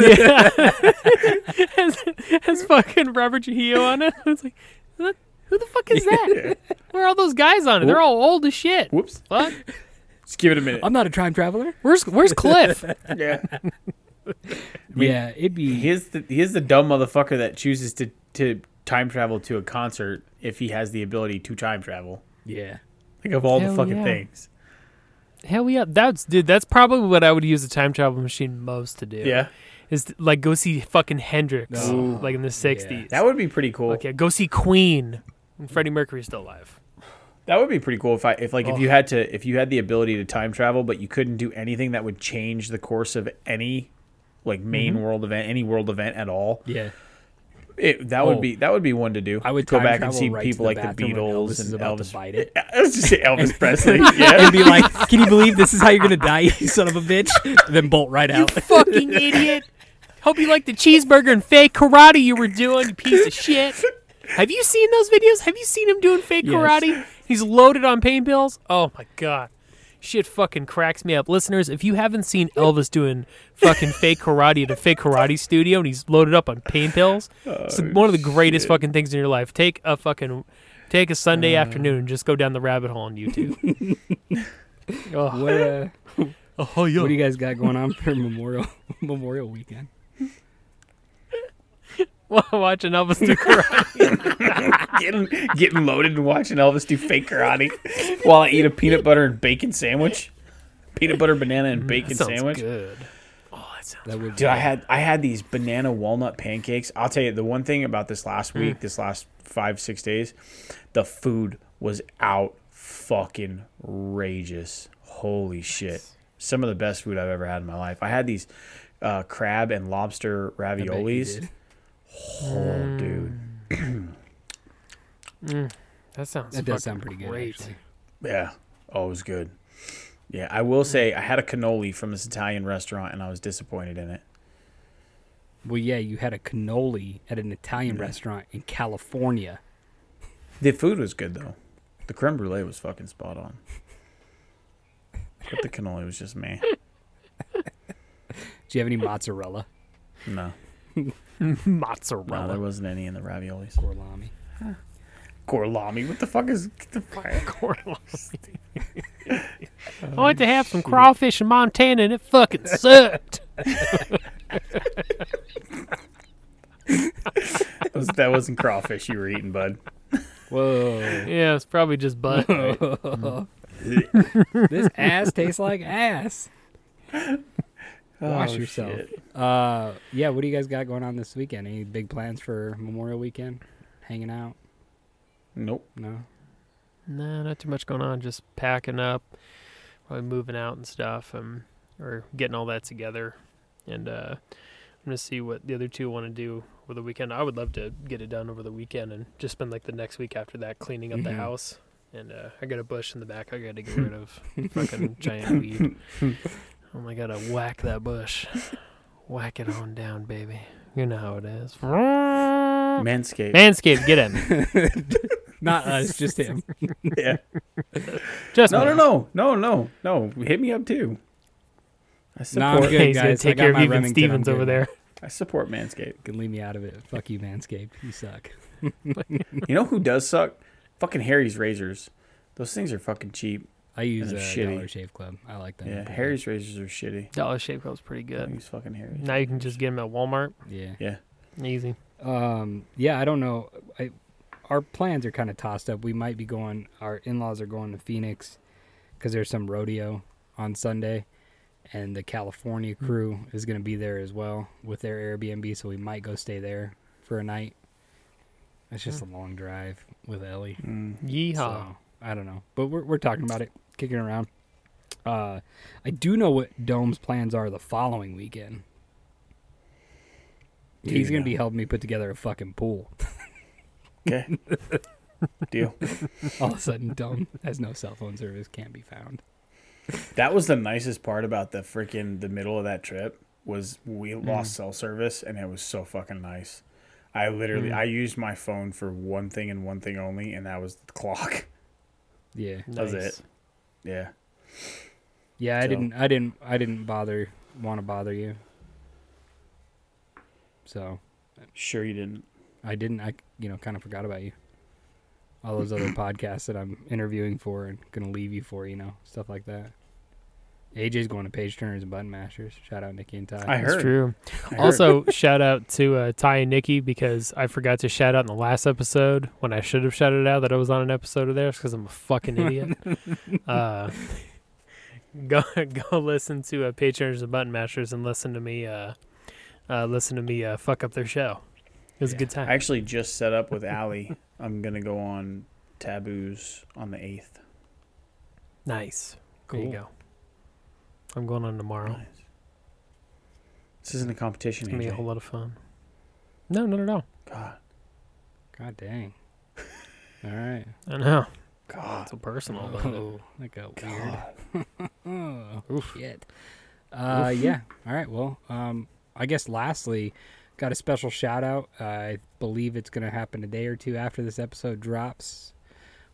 [SPEAKER 4] has fucking Robert Trujillo on it. It's like, who the- who the fuck is that? Where are all those guys on it? They're all old as shit.
[SPEAKER 1] Whoops.
[SPEAKER 4] Fuck.
[SPEAKER 1] Just give it a minute.
[SPEAKER 3] I'm not a time traveler.
[SPEAKER 4] Where's Where's Cliff?
[SPEAKER 1] yeah.
[SPEAKER 3] yeah, it'd be.
[SPEAKER 1] Here's the here's the dumb motherfucker that chooses to to time travel to a concert if he has the ability to time travel.
[SPEAKER 3] Yeah.
[SPEAKER 1] Like of all
[SPEAKER 4] Hell
[SPEAKER 1] the fucking
[SPEAKER 4] yeah.
[SPEAKER 1] things.
[SPEAKER 4] Hell yeah, that's dude. That's probably what I would use the time travel machine most to do.
[SPEAKER 1] Yeah.
[SPEAKER 4] is to, like go see fucking Hendrix, like in the '60s.
[SPEAKER 1] That would Mm. be pretty cool.
[SPEAKER 4] Fuck yeah, go see Queen when Freddie Mercury's still alive.
[SPEAKER 1] That would be pretty cool if I if like if you had to if you had the ability to time travel but you couldn't do anything that would change the course of any like main world event any world event at all.
[SPEAKER 3] Mm-hmm. Yeah.
[SPEAKER 1] It, that
[SPEAKER 3] Oh.
[SPEAKER 1] would be that would be one to do.
[SPEAKER 3] I would
[SPEAKER 1] go
[SPEAKER 3] time
[SPEAKER 1] back and
[SPEAKER 3] travel
[SPEAKER 1] see
[SPEAKER 3] right to
[SPEAKER 1] people
[SPEAKER 3] the
[SPEAKER 1] like the
[SPEAKER 3] bathroom when Elvis
[SPEAKER 1] Beatles
[SPEAKER 3] is
[SPEAKER 1] and
[SPEAKER 3] about to
[SPEAKER 1] Elvis.
[SPEAKER 3] bite it.
[SPEAKER 1] I was just say Elvis Presley. Yeah.
[SPEAKER 3] be like, "Can you believe this is how you're gonna die, you son of a bitch?" Then bolt right out.
[SPEAKER 4] Fucking idiot. Hope you like the cheeseburger and fake karate you were doing, you piece of shit. Have you seen those videos? Have you seen him doing fake
[SPEAKER 3] Yes.
[SPEAKER 4] karate? He's loaded on pain pills. Oh my god. Shit fucking cracks me up. Listeners, if you haven't seen Elvis doing fucking fake karate at a fake karate studio and he's loaded up on pain pills, it's one of the greatest fucking things in your life. Take a fucking take a Sunday afternoon and just go down the rabbit hole on YouTube. oh,
[SPEAKER 3] What, uh,
[SPEAKER 4] oh, yo.
[SPEAKER 3] what do you guys got going on for Memorial Memorial Weekend?
[SPEAKER 4] watching Elvis do karate.
[SPEAKER 1] getting getting loaded and watching Elvis do fake karate while I eat a peanut butter and bacon sandwich. Peanut butter, banana,
[SPEAKER 3] Mm,
[SPEAKER 1] and bacon
[SPEAKER 4] Sounds
[SPEAKER 1] sandwich.
[SPEAKER 4] good. Oh, that sounds
[SPEAKER 3] That would
[SPEAKER 1] Dude, I had I had these banana walnut pancakes. I'll tell you the one thing about this
[SPEAKER 3] Mm.
[SPEAKER 1] last week, this last five, six days, the food was out fucking rageous. Holy shit. Some of the best food I've ever had in my life. I had these uh, crab and lobster
[SPEAKER 3] I bet you
[SPEAKER 1] raviolis.
[SPEAKER 3] did.
[SPEAKER 1] Oh, dude.
[SPEAKER 4] That sounds
[SPEAKER 3] That does
[SPEAKER 4] fucking
[SPEAKER 3] sound pretty good.
[SPEAKER 4] great.
[SPEAKER 3] Actually.
[SPEAKER 1] Yeah. Oh, it was good. Yeah, I will say I had a cannoli from this Italian restaurant and I was disappointed in it.
[SPEAKER 3] Well, yeah, you had a cannoli at an
[SPEAKER 1] Mm-hmm.
[SPEAKER 3] Italian restaurant in California.
[SPEAKER 1] The food was good though. The creme brulee was fucking spot on. But the cannoli was just meh.
[SPEAKER 3] Do you have any mozzarella
[SPEAKER 1] No. No, there
[SPEAKER 4] Mozzarella.
[SPEAKER 1] wasn't any in the raviolis.
[SPEAKER 3] gorlami?
[SPEAKER 1] Gorlami. What the fuck is get the fuck-
[SPEAKER 4] Cornless. I went to have some
[SPEAKER 3] Oh,
[SPEAKER 4] crawfish in Montana and it fucking sucked.
[SPEAKER 1] that, was, that wasn't crawfish you were eating, bud.
[SPEAKER 3] Whoa!
[SPEAKER 4] yeah, it's probably just butt.
[SPEAKER 3] this ass tastes like ass. Wash yourself.
[SPEAKER 1] Oh, shit.
[SPEAKER 3] Uh, yeah. What do you guys got going on this weekend? Any big plans for Memorial Weekend? hanging out?
[SPEAKER 1] Nope.
[SPEAKER 3] No.
[SPEAKER 4] No, not too much going on. Just packing up, probably moving out and stuff, um, or getting all that together. And uh, I'm gonna see what the other two want to do over the weekend. I would love to get it done over the weekend and just spend like the next week after that cleaning up
[SPEAKER 3] Mhm.
[SPEAKER 4] the house. And uh, I got a bush in the back. I got to get rid of fucking giant weed. Oh my god, I whack that bush. Whack it on down, baby. You know how it is.
[SPEAKER 1] Manscaped.
[SPEAKER 4] Manscaped, get him.
[SPEAKER 3] Not us, just him.
[SPEAKER 1] yeah.
[SPEAKER 4] Just
[SPEAKER 1] No,
[SPEAKER 4] me.
[SPEAKER 1] no, no, no, no, no. Hit me up too.
[SPEAKER 3] No,
[SPEAKER 1] I
[SPEAKER 3] I'm
[SPEAKER 1] support.
[SPEAKER 3] good,
[SPEAKER 4] He's gonna
[SPEAKER 3] guys. I
[SPEAKER 4] take
[SPEAKER 3] got
[SPEAKER 4] care of
[SPEAKER 3] my
[SPEAKER 4] even
[SPEAKER 3] Remington, I'm
[SPEAKER 4] Stevens
[SPEAKER 3] good.
[SPEAKER 4] over there.
[SPEAKER 1] I support Manscaped.
[SPEAKER 3] You can leave me out of it. Fuck you, Manscaped. You suck.
[SPEAKER 1] You know who does suck? Fucking Harry's razors. Those things are fucking cheap.
[SPEAKER 3] I use
[SPEAKER 1] They're
[SPEAKER 3] uh,
[SPEAKER 1] shitty.
[SPEAKER 3] Dollar Shave Club. I like them.
[SPEAKER 1] Yeah, Harry's razors are shitty.
[SPEAKER 4] Dollar Shave Club's pretty good.
[SPEAKER 1] He's fucking Harry's.
[SPEAKER 4] Now you can just get them at Walmart.
[SPEAKER 3] Yeah.
[SPEAKER 1] Yeah.
[SPEAKER 4] Easy.
[SPEAKER 3] Um, yeah, I don't know. I, our plans are kind of tossed up. We might be going. Our in-laws are going to Phoenix because there's some rodeo on Sunday, and the California crew is going to be there as well with their Airbnb. So we might go stay there for a night. It's just a long drive with Ellie.
[SPEAKER 1] Mm,
[SPEAKER 4] Yeehaw.
[SPEAKER 3] So I don't know, but we're we're talking about it, kicking it around. Uh, I do know what Dome's plans are the following weekend.
[SPEAKER 1] Do
[SPEAKER 3] He's
[SPEAKER 1] you
[SPEAKER 3] gonna
[SPEAKER 1] know?
[SPEAKER 3] be helping me put together a fucking pool.
[SPEAKER 1] Okay. Deal.
[SPEAKER 3] All of a sudden, Dome has no cell phone service, can't be found.
[SPEAKER 1] That was the nicest part about the freaking the middle of that trip was we
[SPEAKER 4] Mm-hmm.
[SPEAKER 1] lost cell service and it was so fucking nice. I literally
[SPEAKER 4] Mm.
[SPEAKER 1] I used my phone for one thing and one thing only, and that was the clock.
[SPEAKER 3] Yeah,
[SPEAKER 1] was it. Yeah.
[SPEAKER 3] yeah. I
[SPEAKER 1] So-
[SPEAKER 3] didn't, I didn't, I didn't bother, want to bother you. So
[SPEAKER 1] Sure you didn't.
[SPEAKER 3] I didn't. I you know kind of forgot about you. All those other podcasts that I'm interviewing for and gonna leave you for, you know, stuff like that. AJ's going to Page Turners and Button Mashers. Shout out Nikki and Ty.
[SPEAKER 1] I
[SPEAKER 4] That's
[SPEAKER 1] heard.
[SPEAKER 4] true.
[SPEAKER 1] I heard.
[SPEAKER 4] Also, shout out to uh, Ty and Nikki because I forgot to shout out in the last episode when I should have shouted out that I was on an episode of theirs because I'm a fucking idiot. uh, go go listen to uh, Patrons and Button Mashers and listen to me uh, uh, listen to me uh, fuck up their show. It was a good time.
[SPEAKER 1] I actually just set up with Allie. I'm gonna go on taboos on the eighth.
[SPEAKER 4] nice. There
[SPEAKER 1] Cool.
[SPEAKER 4] you go. I'm going on tomorrow.
[SPEAKER 1] Nice. This isn't a competition.
[SPEAKER 4] It's gonna be a
[SPEAKER 1] AJ.
[SPEAKER 4] whole lot of fun. No, not at all.
[SPEAKER 1] God,
[SPEAKER 3] God dang. All right.
[SPEAKER 4] I know.
[SPEAKER 1] God,
[SPEAKER 4] So personal. about it.
[SPEAKER 3] Oh, that got weird.
[SPEAKER 1] God.
[SPEAKER 3] Oh, shit. Uh, yeah. All right. Well, um, I guess lastly, got a special shout out. I believe it's going to happen a day or two after this episode drops.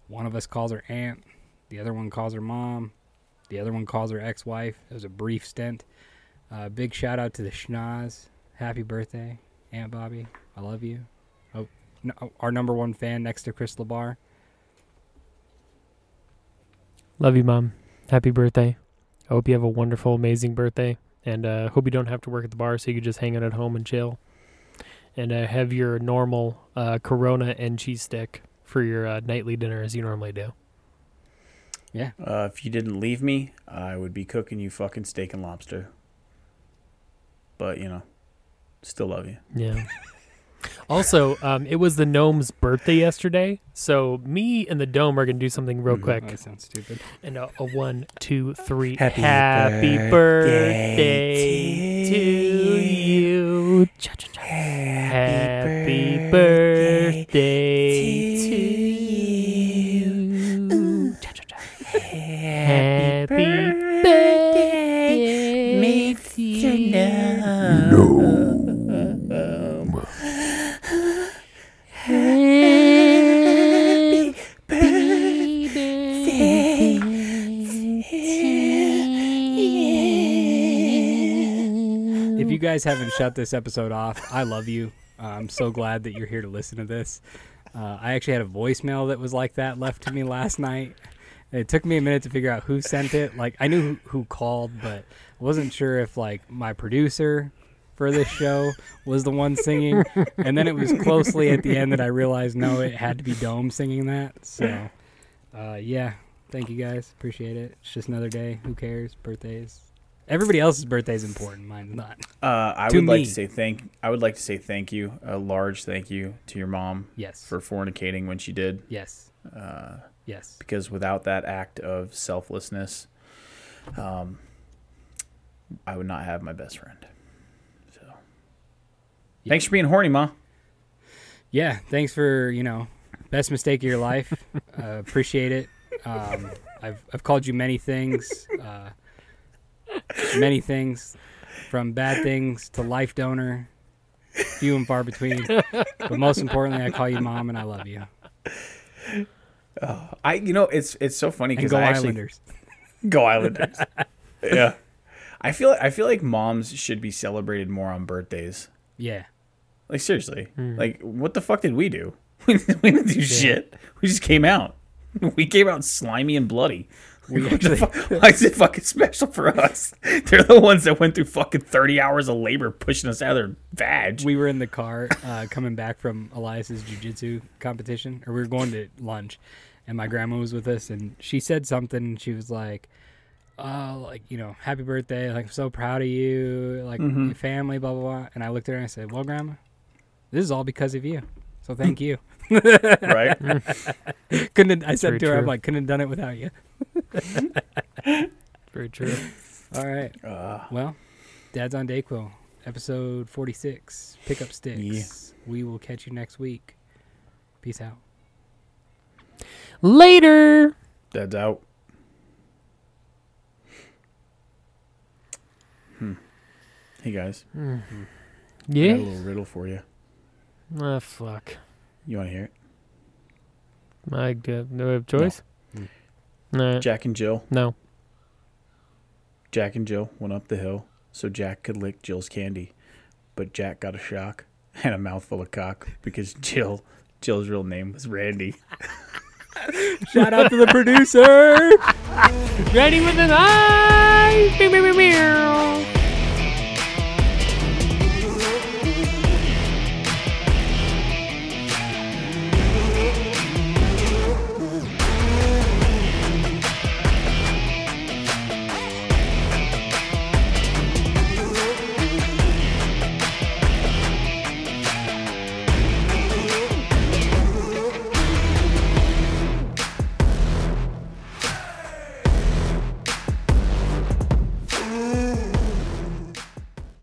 [SPEAKER 3] One of us calls her aunt, the other one calls her mom, the other one calls her ex wife. It was a brief stint. Uh, big shout out to the Schnoz. Happy birthday, Aunt Bobby. I love you. Oh, no, our number one fan next to Chris LeBar.
[SPEAKER 4] Love you, mom. Happy birthday. I hope you have a wonderful, amazing birthday, and uh, hope you don't have to work at the bar, so you can just hang out at home and chill, and uh, have your normal uh, Corona and cheese stick for your uh, nightly dinner as you normally do.
[SPEAKER 1] Uh, if you didn't leave me, I would be cooking you fucking steak and lobster. But you know, still love you.
[SPEAKER 4] Yeah. also, um, it was the gnome's birthday yesterday, so me and the dome are gonna do something real quick.
[SPEAKER 3] Oh, that sounds stupid.
[SPEAKER 4] And a, a one, two, three.
[SPEAKER 1] Happy
[SPEAKER 4] Happy
[SPEAKER 1] birthday
[SPEAKER 4] birthday,
[SPEAKER 1] to
[SPEAKER 4] to you. Cha, cha, cha. Happy, birthday, to you. Cha, cha, cha. Happy birthday, Mr.
[SPEAKER 3] If you guys haven't shut this episode off, I love you. Uh, I'm so glad that you're here to listen to this. Uh, I actually had a voicemail that was like that left to me last night. It took me a minute to figure out who sent it. Like I knew who, who called, but I wasn't sure if like my producer for this show was the one singing. And then it was closely at the end that I realized no, it had to be Dome singing that. So uh, yeah, thank you guys, appreciate it. It's just another day. Who cares? Birthdays, Everybody else's birthday is important. Mine's not.
[SPEAKER 1] Uh, I
[SPEAKER 3] To
[SPEAKER 1] would like
[SPEAKER 3] me.
[SPEAKER 1] to say thank. I would like to say thank you, a large thank you to your mom
[SPEAKER 3] Yes.
[SPEAKER 1] for fornicating when she did,
[SPEAKER 3] yes. Uh, yes.
[SPEAKER 1] because without that act of selflessness, um, I would not have my best friend. So, thanks for being horny, ma.
[SPEAKER 3] Yeah. Thanks for you know, best mistake of your life. uh, appreciate it. Um, I've I've called you many things. Uh, many things, from bad things to life donor, few and far between. But most importantly, I call you mom, and I love you.
[SPEAKER 1] I, you know, it's it's so funny
[SPEAKER 3] And
[SPEAKER 1] because
[SPEAKER 3] go
[SPEAKER 1] I actually
[SPEAKER 3] Islanders.
[SPEAKER 1] Go Islanders. yeah. I feel I feel like moms should be celebrated more on birthdays.
[SPEAKER 3] Yeah.
[SPEAKER 1] Like seriously. Like what the fuck did we do? we didn't do shit. We just came out. We came out slimy and bloody. Like, what the fu- why is it fucking special for us? They're the ones that went through fucking thirty hours of labor pushing us out of their vag.
[SPEAKER 3] we were in the car uh, coming back from Elias's jujitsu competition, or we were going to lunch, and my grandma was with us, and she said something. and She was like, "Oh, like you know, happy birthday! Like I'm so proud of you, like
[SPEAKER 4] Mm-hmm.
[SPEAKER 3] your family, blah blah blah." And I looked at her and I said, "Well, grandma, this is all because of you. So thank you.
[SPEAKER 1] right?
[SPEAKER 3] Couldn't have, I said
[SPEAKER 4] Very
[SPEAKER 3] to her, I'm
[SPEAKER 4] true.
[SPEAKER 3] like, couldn't have done it without you.
[SPEAKER 4] Very true.
[SPEAKER 3] All right.
[SPEAKER 4] Ah.
[SPEAKER 3] well, Dad's on Dayquil, episode 46, Pick Up Sticks. We will catch you next week. Peace out.
[SPEAKER 4] Later.
[SPEAKER 1] That's out. Hmm. Hey guys, I got a
[SPEAKER 4] Yeah.
[SPEAKER 1] little riddle for you.
[SPEAKER 4] Ah, fuck.
[SPEAKER 1] You want to hear it?
[SPEAKER 4] I do do I have choice?
[SPEAKER 1] Mm.
[SPEAKER 4] No.
[SPEAKER 1] Jack and Jill.
[SPEAKER 4] No.
[SPEAKER 1] Jack and Jill went up the hill so Jack could lick Jill's candy, but Jack got a shock and a mouthful of cock because Jill, Jill's real name was Randy.
[SPEAKER 3] Shout out to the producer.
[SPEAKER 4] Ready with an eye. Meow, meow, meow, meow.